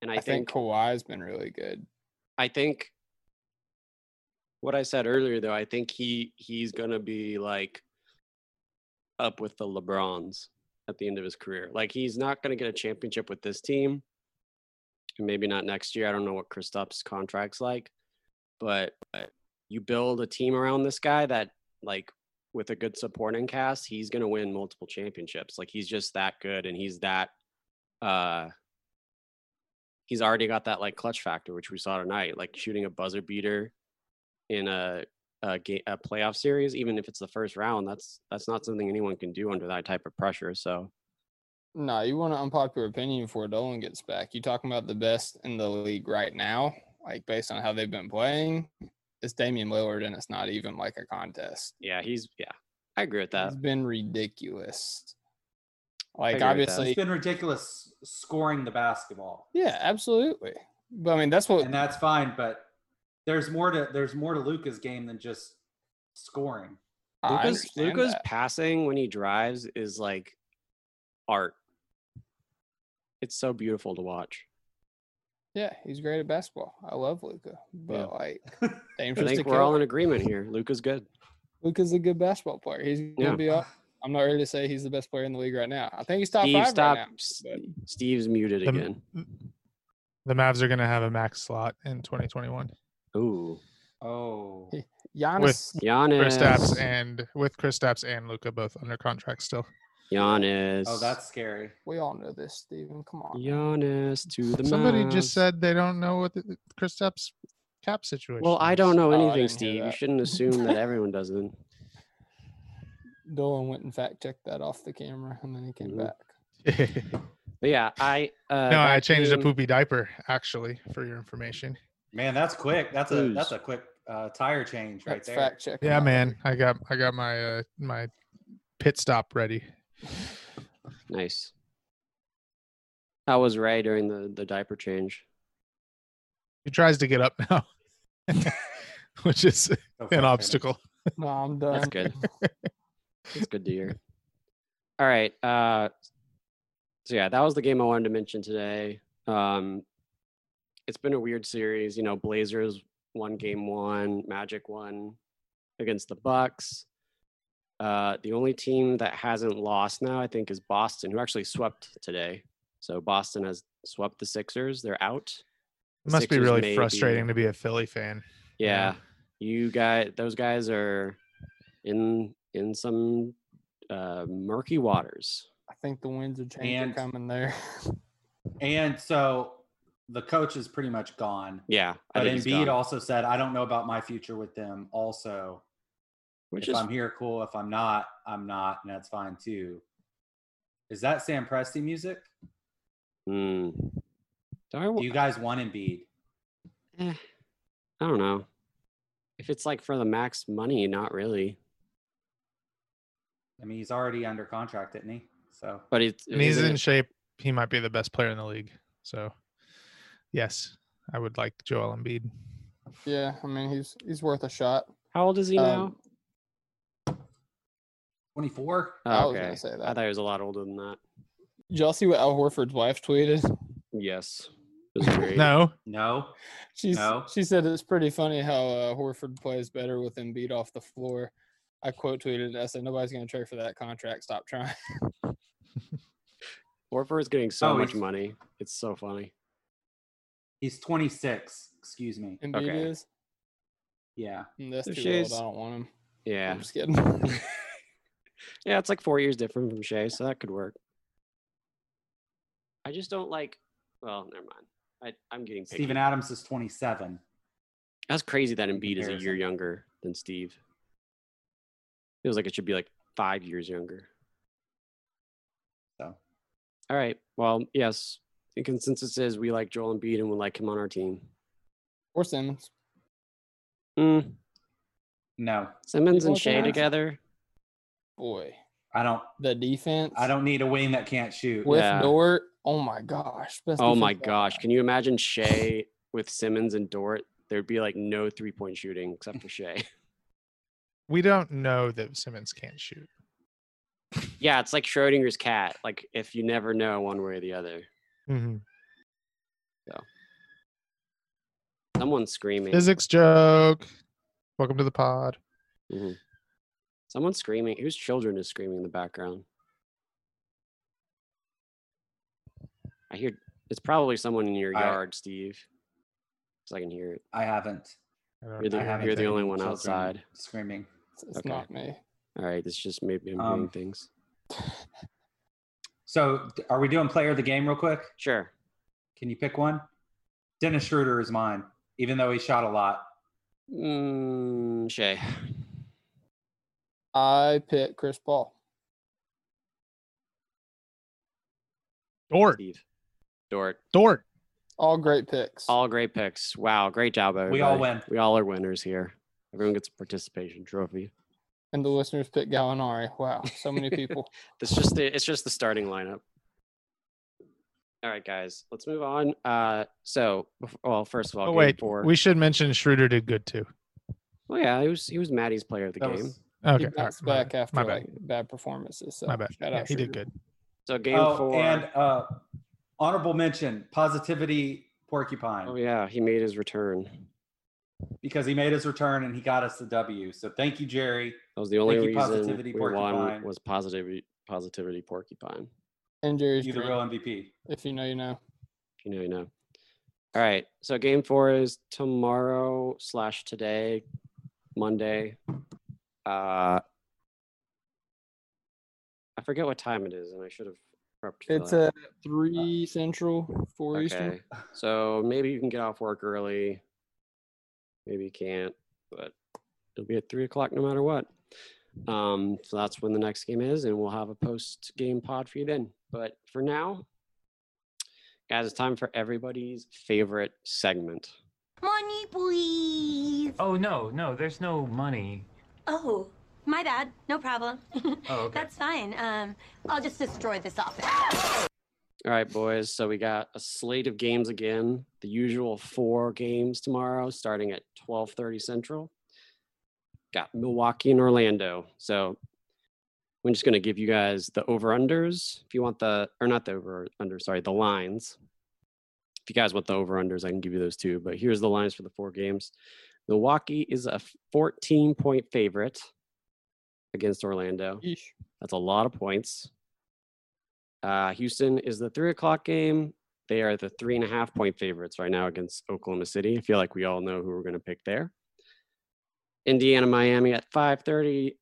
and I,
I,
think,
think Kawhi's been really good.
I think what I said earlier though. I think he he's gonna be like up with the LeBrons at the end of his career. Like he's not gonna get a championship with this team, and maybe not next year. I don't know what Kristaps' contract's like, but but you build a team around this guy that like with a good supporting cast, he's going to win multiple championships. Like he's just that good and he's that uh he's already got that like clutch factor which we saw tonight, like shooting a buzzer beater in a a, game, a playoff series even if it's the first round, that's that's not something anyone can do under that type of pressure. So,
No, you want an unpopular opinion before Dolan gets back. You talking about the best in the league right now, like based on how they've been playing? It's Damian Lillard, and it's not even like a contest.
yeah, he's yeah. I agree with that.
He's been ridiculous.
agree
Like
with that.
obviously,
It's been ridiculous scoring the basketball.
yeah, absolutely. But I mean, that's what
And that's fine, but there's more to there's more to Luca's game than just scoring.
I
Luca's
understand
Luca's
that.
passing when he drives is like art. It's so beautiful to watch.
Yeah, he's great at basketball. I love Luca, but
Yeah.
like,
I
Dame's just a
think we're all in
killer.
agreement here. Luca's good.
Luca's a good basketball player. He's gonna
Yeah.
be. Up. I'm not ready to say he's the best player in the league right now. I think he's top
Steve,
five
stop.
right
S-
now.
Steve's muted
The-
again.
The Mavs are going to have a max slot in 2021
Ooh,
oh.
But Giannis,
Kristaps
Giannis.
and with Kristaps and Luca both under contract still.
Giannis.
Oh, that's scary.
we all know this, Steven. Come on.
Giannis to the.
Somebody just
Mavs.
said they don't know what the Kristaps cap situation.
Well, I
is.
don't know
Oh, I
anything,
didn't hear
Steve. You
that.
shouldn't assume that everyone doesn't.
Dolan went and fact checked that off the camera, and then he came
Mhm.
back.
But yeah, I. Uh,
no, I
that
changed a
team-
poopy diaper actually for your information.
Man, that's quick. That's a
Ooze.
that's a quick uh, tire change right
That's
there.
fact check.
Yeah, man, I got I got my uh, my pit stop ready.
Nice. How was Ray during the the diaper change?
He tries to get up now, which is
So frustrating.
an obstacle.
No, I'm done.
That's good. That's good to hear. All right. Uh, so yeah, that was the game I wanted to mention today. Um, it's been a weird series. You know, Blazers won game one, Magic won against the Bucks. Uh, the only team that hasn't lost now, I think, is Boston, who actually swept today. So Boston has swept the Sixers. They're out.
It must be
Sixers
really
may be-
frustrating to be a Philly fan.
Yeah.
Yeah.
Um, You guys those guys are in in some uh murky waters.
I think the winds of change are
And-
coming there.
And so the coach is pretty much gone.
Yeah. I
But
think he's
Embiid
gone,
also said, "I don't know about my future with them." Also,
which
if
is
I'm here, cool. If I'm not, I'm not, and that's fine too. Is that Sam Presti music?
mm, Do I, wa-
Do you guys want Embiid?
I don't know. If it's like for the max money, not really.
I mean, he's already under contract, isn't he? So
But it's
and he's
isn't
in
it-
shape. He might be the best player in the league. So, yes, I would like Joel Embiid.
Yeah, I mean he's he's worth a shot.
How old is he
Um,
now?
twenty-four.
I
Oh,
was
okay.
gonna say
I
that.
thought he was a lot older than that.
Did y'all see what Al Horford's wife tweeted?
Yes. It was great.
No,
No,
She's,
No.
She said it's pretty funny how uh, Horford plays better with Embiid off the floor. I quote tweeted, I said, nobody's going to trade for that contract. Stop trying.
Horford is getting so
Oh,
much
he's-
money. It's so funny.
he's twenty-six. Excuse me.
Embiid
Okay.
is.
Yeah,
Mm, That's
There
too
she
old.
is.
I don't want him.
Yeah.
I'm just kidding.
Yeah, it's like four years different from Shea, so that could work. I just don't like. Well, never mind. I, I'm getting picky.
Stephen Adams is twenty-seven.
That's crazy that Embiid is a year
comparison.
younger than Steve. Feels like it should be like five years younger.
So
All right. Well, yes. The consensus is we like Joel Embiid and we like him on our team.
or Simmons.
Mm,
no,
Simmons
People
and
like
Shea
that.
together.
Boy,
I don't.
the defense.
I don't need a wing that can't shoot.
With
Yeah.
Dort. Oh my gosh. best
Oh my
defense ever.
gosh. Can you imagine Shea with Simmons and Dort? There'd be like no three point shooting except for Shea.
we don't know that Simmons can't shoot.
yeah, it's like Schrodinger's cat. Like if you never know one way or the other. Mm-hmm. Someone's screaming.
Physics joke. Welcome to the pod.
Someone's screaming. Whose children is screaming in the background? I hear it's probably someone in your
I-
yard, Steve. Because I can hear it.
I haven't.
I
You're
don't
the,
I
hear
haven't
you're the
heard
only
any
one
children
outside.
screaming.
It's, it's
Okay.
not me.
All right, this just maybe I'm
Um,
hearing things.
So, d- are we doing player of the game real quick?
Sure.
Can you pick one? Dennis Schroeder is mine, even though he shot a lot.
Mm, Shay.
I pick Chris Paul.
Dort.
Steve. Dort.
Dort.
All great picks.
All great picks. Wow, great job, everybody.
We all win.
We all are winners here. Everyone gets a participation trophy.
and the listeners pick Gallinari. Wow. So many people.
It's just the it's just the starting lineup. All right, guys, let's move on. Uh, so, bef- well, first of all,
Oh
game
wait,
four.
we should mention Schroeder did good too.
oh yeah, he was he was Maddie's player of the
That
game.
was-
Okay,
He
all
bounced
right, my
back
bad,
after
my bad.
like bad performances. So
my bad.
Shout
Yeah,
out
he did
Schroeder.
good.
so game
oh,
four.
and uh, honorable mention: positivity porcupine
oh yeah, he made his return. That
because he made his return and he got us the W. So thank you, Jerry.
was the only
Thank you,
reason
Positivity
we won
Porcupine.
was positivity positivity porcupine.
And Jerry's
You the
dream,
real MVP.
if you know, you know.
You know, you know. All right, so game four is tomorrow slash today, Monday. Uh, I forget what time it is, and I should have prepped. for
It's
that.
at three central, four eastern.
Okay. So maybe you can get off work early. Maybe you can't, but it'll be at three o'clock no matter what. Um, so that's when the next game is, and we'll have a post game pod for you then. But for now, guys, it's time for everybody's favorite segment.
Money, please.
Oh no, no, there's no money.
Oh, my bad. No problem.
Oh, okay.
That's fine. Um, I'll just destroy this office.
All right, boys. So we got a slate of games again. The usual four games tomorrow, starting at twelve thirty Central. Got Milwaukee and Orlando. So I'm just gonna give you guys the over unders. If you want the or not the over under, sorry, the lines. If you guys want the over unders, I can give you those too. But here's the lines for the four games. Milwaukee is a 14 point favorite against Orlando.
Yeesh.
That's a lot of points. Uh, Houston is the three o'clock game. They are the three and a half point favorites right now against Oklahoma City. I feel like we all know who we're going to pick there. Indiana, Miami at five thirty.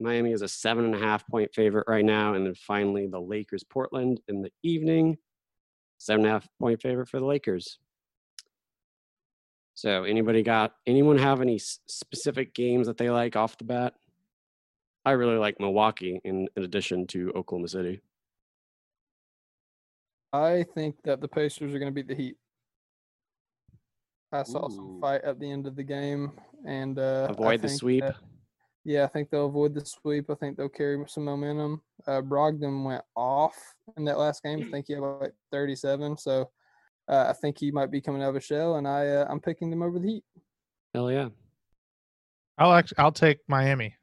Miami is a seven and a half point favorite right now, and then finally the Lakers, Portland in the evening, seven and a half point favorite for the Lakers. So, anybody got anyone have any s- specific games that they like off the bat? I really like Milwaukee in, in addition to Oklahoma City.
I think that the Pacers are going to beat the Heat. I saw some
Ooh.
fight at the end of the game, and uh, I
Avoid the
think
sweep.
that- yeah, I think they'll avoid the sweep. I think they'll carry some momentum. Uh, Brogdon went off in that last game. I think he had like 37. So uh, I think he might be coming out of a shell, and I uh, I'm picking them over the Heat.
Hell yeah.
I'll act, I'll take Miami.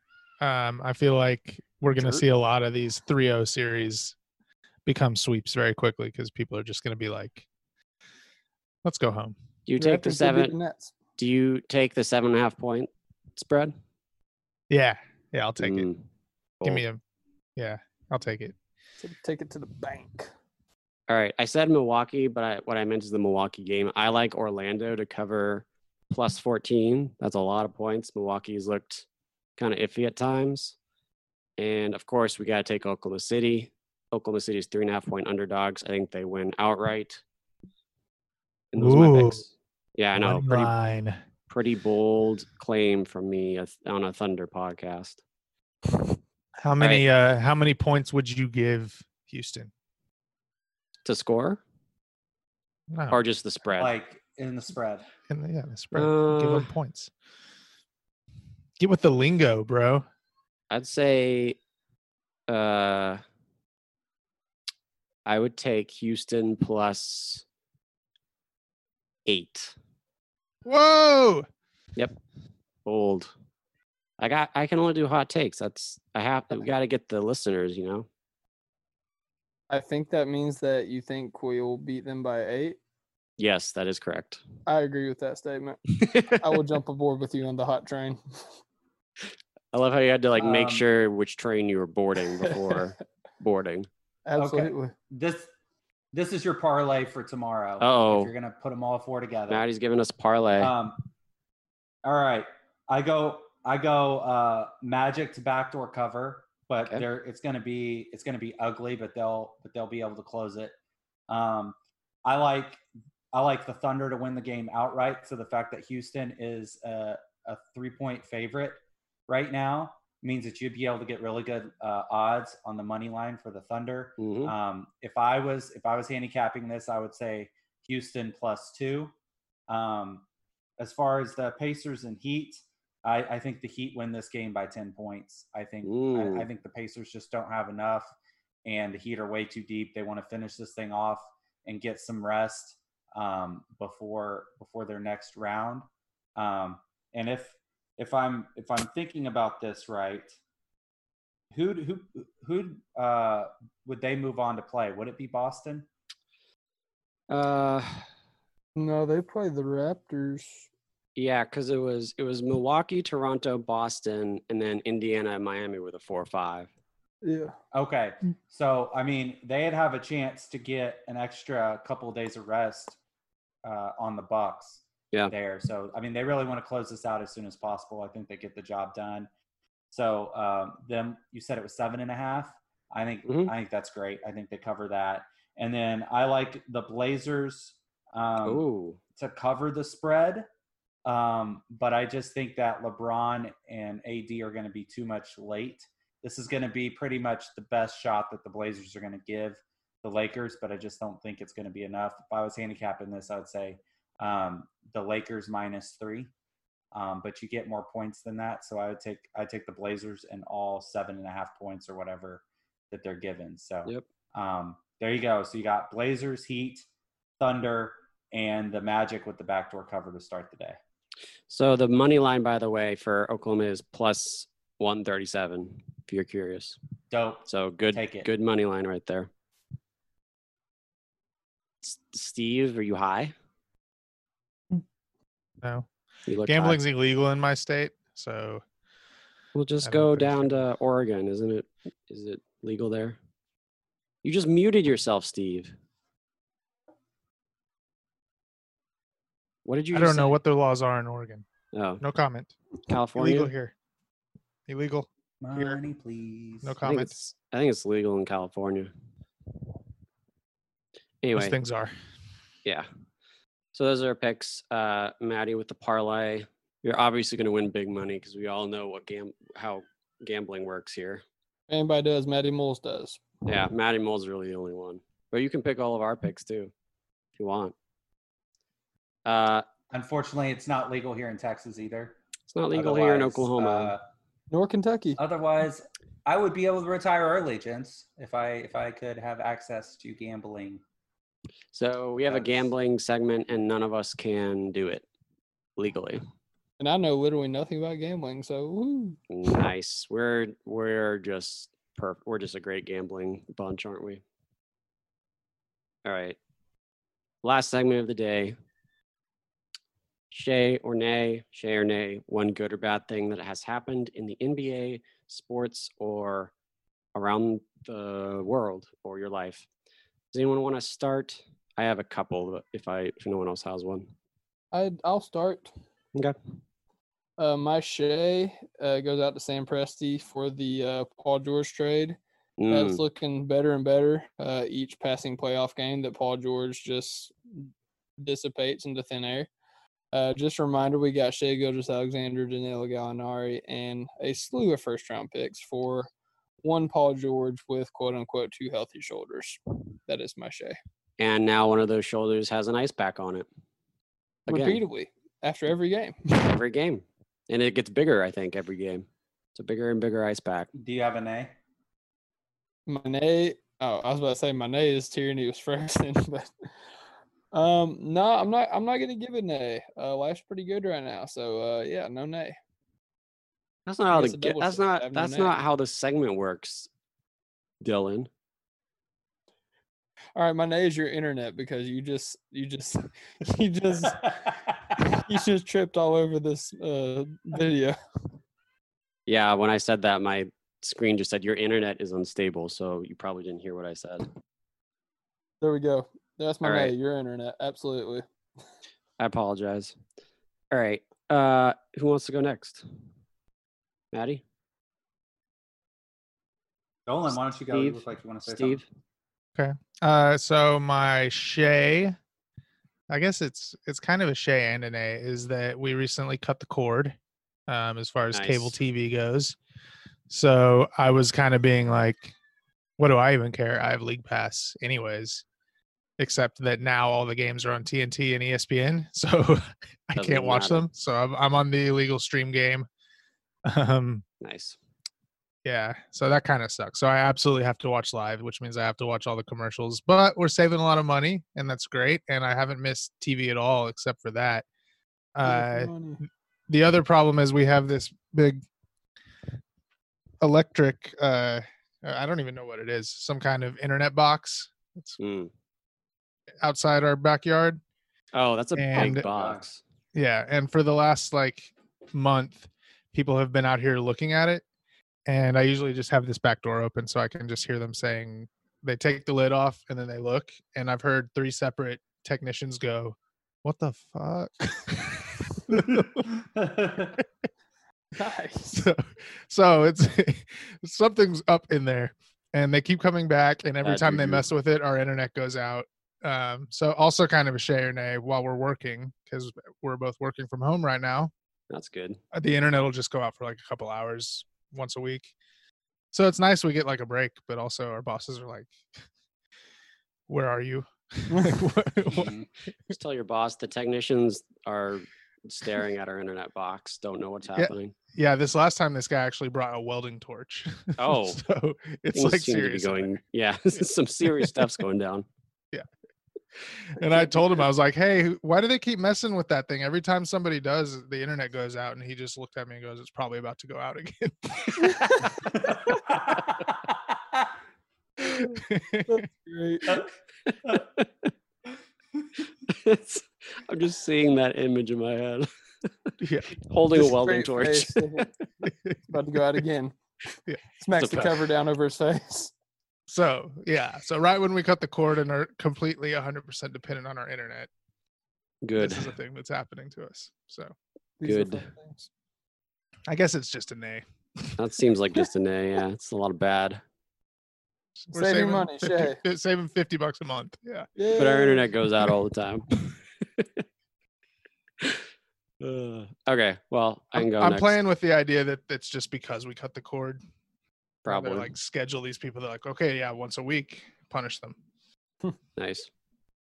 Um, I feel like we're going to
Sure.
see a lot of these 3-0 series become sweeps very quickly because people are just going to be like, "Let's go home."
Do you take the
Raptors will beat the
seven?
Nets.
Do you take the seven and a half point spread?
Yeah, yeah, I'll take it.
Mm,
Give me
bold.
a, yeah, I'll take it.
So Take it to the bank.
All right. I said Milwaukee, but I, what I meant is the Milwaukee game. I like Orlando to cover plus 14. That's a lot of points. Milwaukee's looked kind of iffy at times. And of course, we got to take Oklahoma City. Oklahoma City's three and a half point underdogs. I think they win outright. And those are my
Ooh.
picks. Yeah, I know.
One
Pretty,
line.
pretty bold claim from me as- on a Thunder podcast.
How many? Uh, how many points would you give Houston?
To score
No,
or just the spread?
like in the spread.
in the, yeah, the spread. give them
Uh,
points. Get with the lingo, bro.
I'd say uh I would take Houston plus eight.
Whoa!
Bold. I got I can only do hot takes. That's I have to we gotta get the listeners, you know.
I think that means that you think we'll beat them by eight.
Yes, that is correct.
I agree with that statement. I will jump aboard with you on the hot train.
I love how you had to like make
Um,
sure which train you were boarding before boarding.
Absolutely.
This this is your parlay for tomorrow.
Uh-oh.
If you're gonna put them all four together.
Maddie's giving us parlay.
Um, all right, I go. I go. Uh, Magic to backdoor cover, but
Okay.
they're it's gonna be it's gonna be ugly, but they'll but they'll be able to close it. Um, I like I like the Thunder to win the game outright. So the fact that Houston is a, a three point favorite right now means that you'd be able to get really good uh, odds on the money line for the Thunder.
Mhm.
Um, if I was if I was handicapping this, I would say Houston plus two. Um, as far as the Pacers and Heat, I, I think the Heat win this game by ten points. I think I, I
Ooh.
think the Pacers just don't have enough, and the Heat are way too deep. They want to finish this thing off and get some rest um, before before their next round. Um, and if if I'm if I'm thinking about this right, who who who uh, would they move on to play? Would it be Boston?
Uh
No, they play the Raptors.
yeah, because it was it was Milwaukee, Toronto, Boston, and then Indiana and Miami were the four or five.
Yeah.
Okay, so I mean they'd have a chance to get an extra couple of days of rest uh, on the Bucks.
Yeah.
There, so I mean they really want to close this out as soon as possible. I think they get the job done. So um, them, you said it was seven and a half. I think
Mhm.
I think that's great. I think they cover that. And then I like the Blazers. Um,
Ooh.
to cover the spread. Um, but I just think that LeBron and AD are going to be too much late. This is going to be pretty much the best shot that the Blazers are going to give the Lakers, but I just don't think it's going to be enough. If I was handicapping this, I would say um, the Lakers minus three. Um, but you get more points than that, so I would take I take the Blazers and all seven and a half points or whatever that they're given. So
Yep.
um, there you go. So you got Blazers, Heat, Thunder, and the Magic with the backdoor cover to start the day.
So the money line, by the way, for Oklahoma is plus one thirty-seven. If you're curious,
Dope.
so good,
Take it.
good money line right there. S- Steve, are you high?
No,
You look high.
gambling's illegal in my state, so
We'll just
I don't
go
think
down
so.
to Oregon, isn't it? Is it legal there? You just muted yourself, Steve. What did you?
I
just
don't know
say?
what their laws are in Oregon.
Oh,
No comment.
California.
Illegal here. Illegal. Here.
Money, please.
No
I think,
comment.
it's, I think it's legal in California. Anyway,
Those things are.
Yeah. So those are our picks. Uh, Maddie with the parlay. You're obviously going to win big money because we all know what gam- how gambling works here.
If anybody does, Matty Moles does.
Yeah, Maddie Mole's really the only one. But you can pick all of our picks too, if you want. Uh,
Unfortunately, it's not legal here in Texas either.
it's not legal here in
Otherwise,
Oklahoma.
uh,
Nor Kentucky.
otherwise, I would be able to retire early, gents, if I if I could have access to gambling.
so we have a
that's-
gambling segment, and none of us can do it legally.
And I know literally nothing about gambling, so woo.
Nice. We're we're just perf- we're just a great gambling bunch, aren't we? All right. Last segment of the day. Shay or nay, Shay or nay, one good or bad thing that has happened in the NBA, sports, or around the world or your life. Does anyone want to start? I have a couple, but if I if no one else has one.
I I'll start.
Okay.
Uh, my Shea uh, goes out to Sam Presti for the uh, Paul George trade.
Mm,
That's looking better and better uh, each passing playoff game that Paul George just dissipates into thin air. Uh, just a reminder, we got Shea Gilgis Alexander, Danilo Gallinari, and a slew of first round picks for one Paul George with quote unquote two healthy shoulders. That is my Shea.
and now one of those shoulders has an ice pack on it. Again.
Repeatedly after every game.
every game, and it gets bigger. I think every game, it's a bigger and bigger ice pack.
Do you have an A?
Monet. Oh, I was about to say Monet is Tyranny was frozen, but um, no, I'm not. I'm not gonna give it an A. Uh, life's pretty good right now, so uh, yeah, no nay.
That's not how the
It's a
ga-
double
that's
shot,
not
I've
that's
known that.
not how the segment works, Dylan.
All right, Monet is your internet because you just you just you just you just tripped all over this uh video.
Yeah, when I said that, my screen just said your internet is unstable, so you probably didn't hear what I said.
There we go. That's
All
Monet.
right.
Your internet, absolutely.
I apologize. All right, uh, who wants to go next? Maddie,
Dolan, why don't you go? you
Steve?
look like you want to say
Steve.
Uh, so my Shay, I guess it's it's kind of a Shay and an A is that we recently cut the cord, um, as far as cable
Nice.
TV goes. So I was kind of being like, what do I even care? I have League Pass anyways, except that now all the games are on TNT and E ESPN, so I
Doesn't
can't watch
matter.
them. So I'm I'm on the illegal stream game. Um,
Nice.
yeah, so that kind of sucks. So I absolutely have to watch live, which means I have to watch all the commercials. But we're saving a lot of money, and that's great. And I haven't missed TV at all except for that. Uh, the other problem is we have this big electric. Uh, I don't even know what it is. Some kind of internet box
Mm.
outside our backyard.
Oh, that's a
And- uh,
big box.
Yeah, and for the last like month, people have been out here looking at it, and I usually just have this back door open so I can just hear them saying they take the lid off and then they look, and I've heard three separate technicians go, "What the fuck?"
something?
Nice.
so, so it's something's up in there, and they keep coming back, and every
Bad
time they
juju.
mess with it, our internet goes out. Um, so also kind of a share nay while we're working because we're both working from home right now.
That's good.
uh, the internet will just go out for like a couple hours once a week. So it's nice we get like a break, but also our bosses are like, "Where are you?" Like, what- what-
Mhm.
Just tell your boss the technicians are staring at our internet box, don't know what's
Yeah.
happening.
yeah, this last time this guy actually brought a welding torch.
Oh.
so it's
Things
like
seem
serious.
to be going. Yeah, some serious stuff's going down.
And I told him I was like, "Hey, why do they keep messing with that thing? Every time somebody does, the internet goes out." And he just looked at me and goes, "It's probably about to go out again."
Great.
It's- I'm just seeing that image in my head,
yeah,
holding
Just
a welding torch.
straight face. About to go out again.
Yeah.
Smacks
It's a
the
fact.
cover down over his face.
So yeah, so right when we cut the cord and are completely 100% dependent on our internet,
Good.
this is a thing that's happening to us. So
These are
Good.
fun things.
I guess it's just a nay.
That seems like just an A. Yeah, it's a lot of bad.
We're
Saving money,
50
Shay.
fi- saving fifty bucks a month. Yeah.
But our
Yay.
internet goes out all the time. Uh, okay, well, I can
I'm-
go
I'm
next.
playing with the idea that it's just because we cut the cord. They're
probably.
like schedule these people. They're like, okay, yeah, once a week, punish them.
Nice.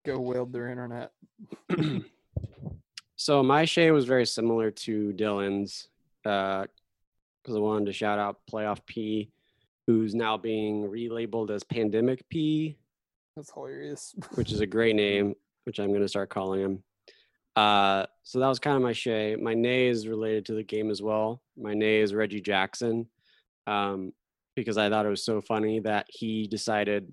Go weld their internet.
so my Shay was very similar to Dylan's because I wanted to shout out Playoff P, who's now being relabeled as Pandemic P,
That's hilarious.
which is a great name, which I'm going to start calling him. Uh, so that was kind of my Shay. My nay is related to the game as well. My nay is Reggie Jackson um, because I thought it was so funny that he decided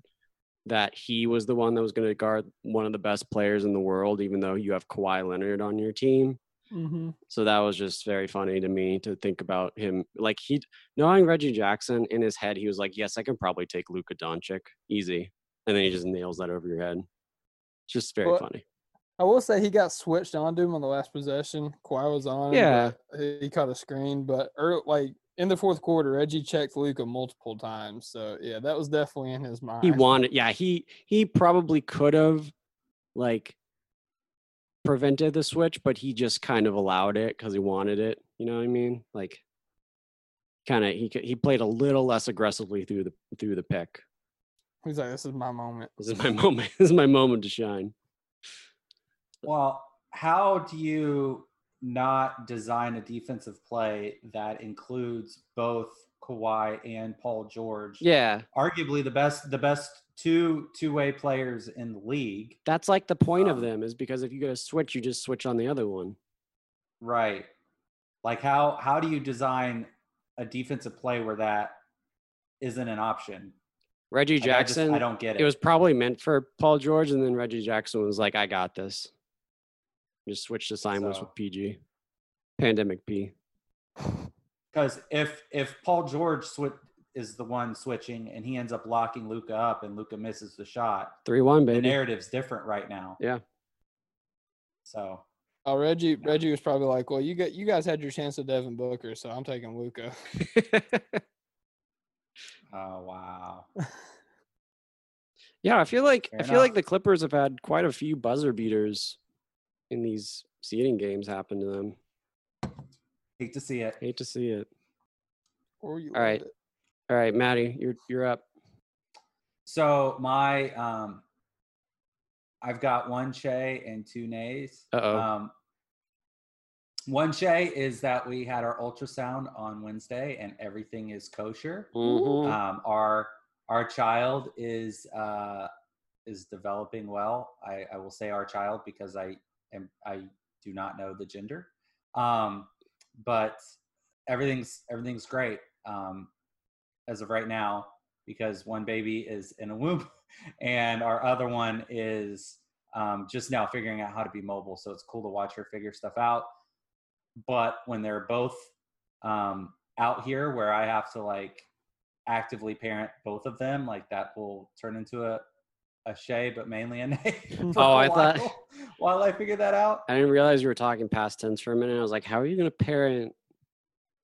that he was the one that was going to guard one of the best players in the world, even though you have Kawhi Leonard on your team.
Mm-hmm.
So that was just very funny to me to think about him. Like he, knowing Reggie Jackson in his head, he was like, "Yes, I can probably take Luka Doncic easy," and then he just nails that over your head. It's Just very
Well,
funny.
I will say he got switched onto him on the last possession. Kawhi was on. him,
Yeah.
but He, he caught a screen, but ear like in the fourth quarter, Reggie checked Luca multiple times. So yeah, that was definitely in his mind.
He wanted, yeah, he he probably could have like prevented the switch, but he just kind of allowed it because he wanted it. You know what I mean? Like, kind of he c- he played a little less aggressively through the through the pick.
He's like, "This is my moment."
This is my moment. This is my moment to shine.
Well, how do you not design a defensive play that includes both Kawhi and Paul George?
Yeah,
Arguably the best the best two two-way players in the league.
That's like the point of
Um,
them is because if you get a switch, you just switch on the other one.
Right. Like how how do you design a defensive play where that isn't an option?
Reggie
Like, I just-
Jackson,
I, don't get it.
it was probably meant for Paul George, and then Reggie Jackson was like, I got this. Just switch assignments
So-
with PG. Pandemic P.
because if if Paul George swi- is the one switching and he ends up locking Luca up and Luca misses the shot,
3 1,
the
baby.
narrative's different right now.
Yeah.
So
Oh, Reggie, Reggie was probably like, "Well, you got you guys had your chance with Devin Booker, so I'm taking Luca."
oh wow.
yeah, I feel like
Fair
I feel like
enough.
the Clippers have had quite a few buzzer beaters in these seeding games happen to them.
Hate to see it.
Hate to see it.
Or you
All right.
loved it.
All right, Maddie, you're you're up.
So my um I've got one Che and two nays.
Uh-oh.
Um one Che is that we had our ultrasound on Wednesday and everything is kosher.
Mhm.
Um our our child is uh is developing well. I, I will say our child because I am I do not know the gender. Um but everything's everything's great um as of right now because one baby is in a womb and our other one is um, just now figuring out how to be mobile. So it's cool to watch her figure stuff out. But when they're both um, out here where I have to like actively parent both of them, like that will turn into a, a Shay, but mainly a Nay. for
Oh,
a
I thought-
while- While I figure that out.
I didn't realize you were talking past tense for a minute. I was like, how are you going to parent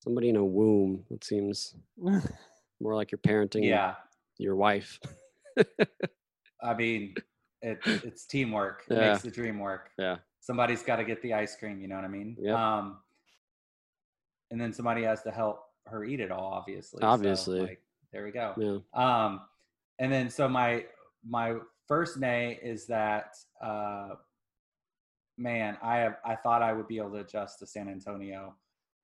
somebody in a womb? It seems more like you're parenting
Yeah.
your wife.
I mean, it, it's teamwork. It
Yeah.
makes the dream work.
Yeah.
Somebody's got to get the ice cream. You know what I mean?
Yep.
Um, and then somebody has to help her eat it all, obviously. So,
Obviously.
like, there we go.
Yeah.
Um, and then so my my first nay is that uh, man, I have I thought I would be able to adjust to San Antonio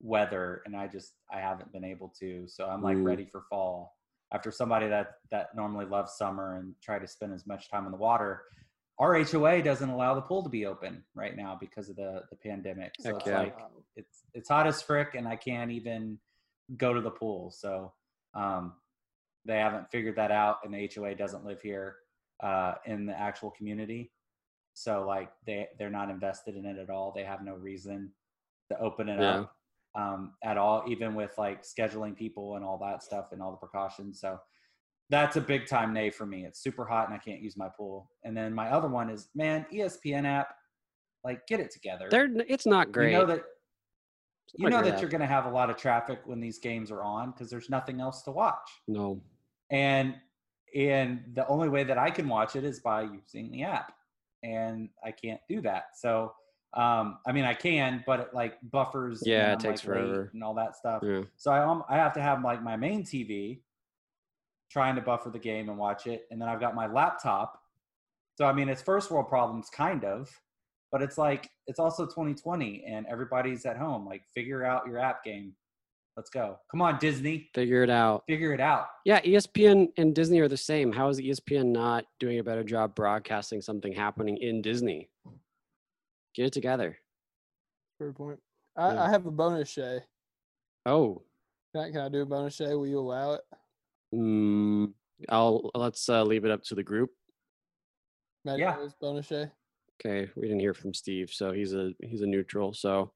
weather, and I just I haven't been able to. So I'm like
Mm.
ready for fall after somebody that that normally loves summer and try to spend as much time in the water. Our HOA doesn't allow the pool to be open right now because of the the pandemic. So
Heck
it's
yeah.
like
uh,
it's it's hot as frick, and I can't even go to the pool. So um, they haven't figured that out, and the HOA doesn't live here uh, in the actual community. So like they they're not invested in it at all. They have no reason to open it
Yeah.
up um, at all, even with like scheduling people and all that stuff and all the precautions. So that's a big time nay for me. It's super hot and I can't use my pool. And then my other one is man, E ESPN app, like get it together.
They're, n- it's not great.
You know that
It's not
you know
great
that you're
app.
going to have a lot of traffic when these games are on because there's nothing else to watch
No.
and and the only way that I can watch it is by using the app, and I can't do that. So um, I mean, I can, but it like buffers. and
Yeah,
then
it
I'm,
takes
like, late
forever.
and all that stuff.
Yeah.
So I um, I have to have like my main TV trying to buffer the game and watch it, and then I've got my laptop So I mean, it's first world problems, kind of, but it's like it's also 2020, and everybody's at home. Like, figure out your app game. Let's go. Come on, Disney,
Figure it out.
figure it out.
Yeah, E ESPN and Disney are the same. How is E ESPN not doing a better job broadcasting something happening in Disney? Get it together.
Fair point. I,
Yeah.
I have a bonus, Shay.
Oh,
Can I, can I do a bonus, Shay? Will you allow it?
mm, I'll let's uh, leave it up to the group.
Matt
Yeah.
Jones, bonus, Shay.
Okay, we didn't hear from Steve, so he's a he's a neutral. So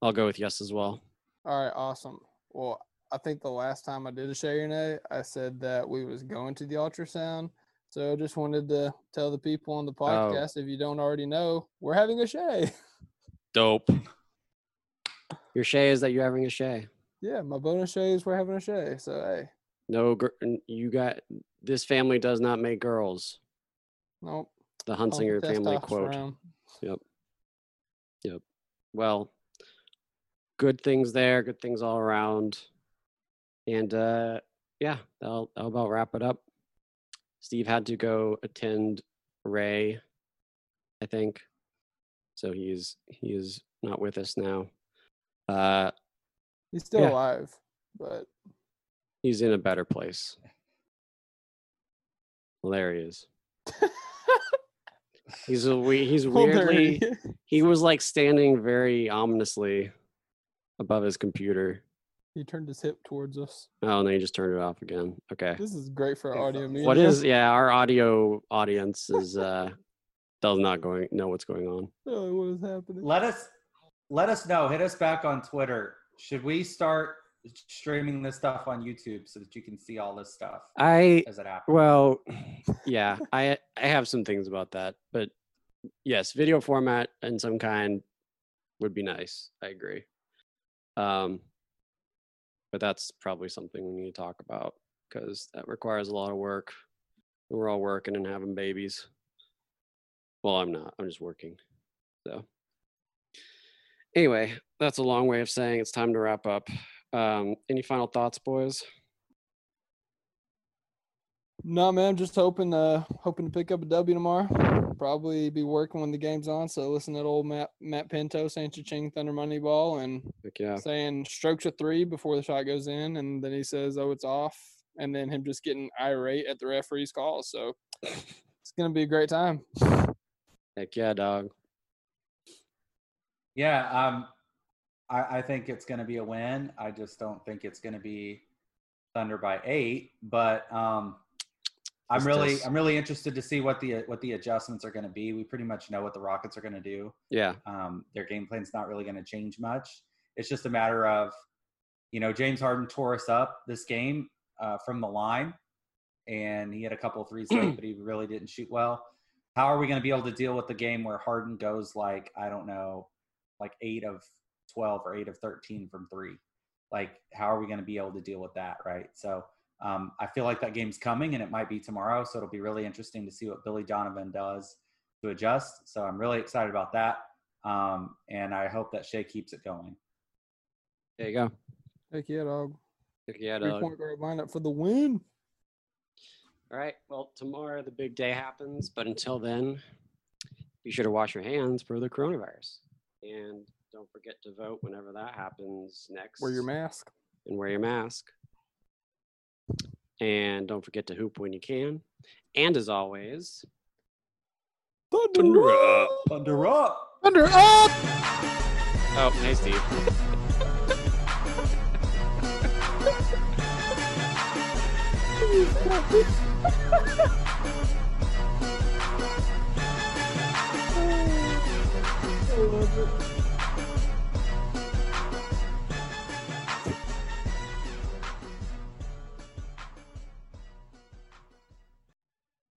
I'll go with yes as well.
All right, awesome. Well, I think the last time I did a Shay or Nay, I said that we was going to the ultrasound. So I just wanted to tell the people on the
Oh.
podcast, if you don't already know, we're having a Shay.
Dope. Your shay is that you're having a shay.
yeah, my bonus Shay is we're having a Shay. So hey,
No, gir- n- you got this family does not make girls.
nope.
The
pump the
Hunsinger family quote.
testosterone.
well, good things there, good things all around. And uh yeah, that'll, that'll about wrap it up. Steve had to go attend Ray, I think. So he is he is not with us now. Uh
He's still
Yeah.
alive, but
he's in a better place. Hilarious. he's a we he's weirdly
Hilarious.
he was like standing very ominously above his computer.
he turned his hip towards us.
Oh, and then he just turned it off again. Okay.
This is great for
It's-
audio media.
What is yeah, our audio audience is uh does not going know what's going on.
Oh, what is happening?
Let us let us know. Hit us back on Twitter. Should we start streaming this stuff on YouTube so that you can see all this stuff
I
as it happens?
well yeah, I I have some things about that, but yes, video format in some kind would be nice. I agree. Um but that's probably something we need to talk about because that requires a lot of work. We're all working and having babies. Well, I'm not. I'm just working. So, anyway, that's a long way of saying it's time to wrap up. Um, any final thoughts, boys?
No, man. Just hoping, uh, hoping to pick up a W tomorrow. Probably be working when the game's on. So listen to old Matt Matt Pinto saying "Cha-ching, Thunder Moneyball" and
Like, yeah.
saying "Strokes a three before the shot goes in, and then he says, "Oh, it's off," and then him just getting irate at the referee's call. So it's gonna be a great time.
Heck yeah, dog.
Yeah, um, I, I think it's going to be a win. I just don't think it's going to be Thunder by eight. But um, I'm
It's
really,
just-
I'm really interested to see what the what the adjustments are going to be. We pretty much know what the Rockets are going to do.
Yeah.
Um, their game plan's not really going to change much. It's just a matter of, you know, James Harden tore us up this game uh, from the line, and he had a couple of threes late, but he really didn't shoot well. How are we going to be able to deal with the game where Harden goes like I don't know, like eight of twelve or eight of thirteen from three? Like, how are we going to be able to deal with that, right? So. Um, I feel like that game's coming, and it might be tomorrow. So it'll be really interesting to see what Billy Donovan does to adjust. So I'm really excited about that um, and I hope that Shea keeps it going.
There you go.
Heck yeah, dog.
Heck yeah,
Three
dog.
point guard lineup for the win.
All right. Well, tomorrow the big day happens, but until then, be sure to wash your hands for the coronavirus. And don't forget to vote whenever that happens next.
Wear your mask.
and wear your mask. And don't forget to hoop when you can. And as always,
Thunder up.
Thunder up!
Thunder up.
oh, hey, Steve.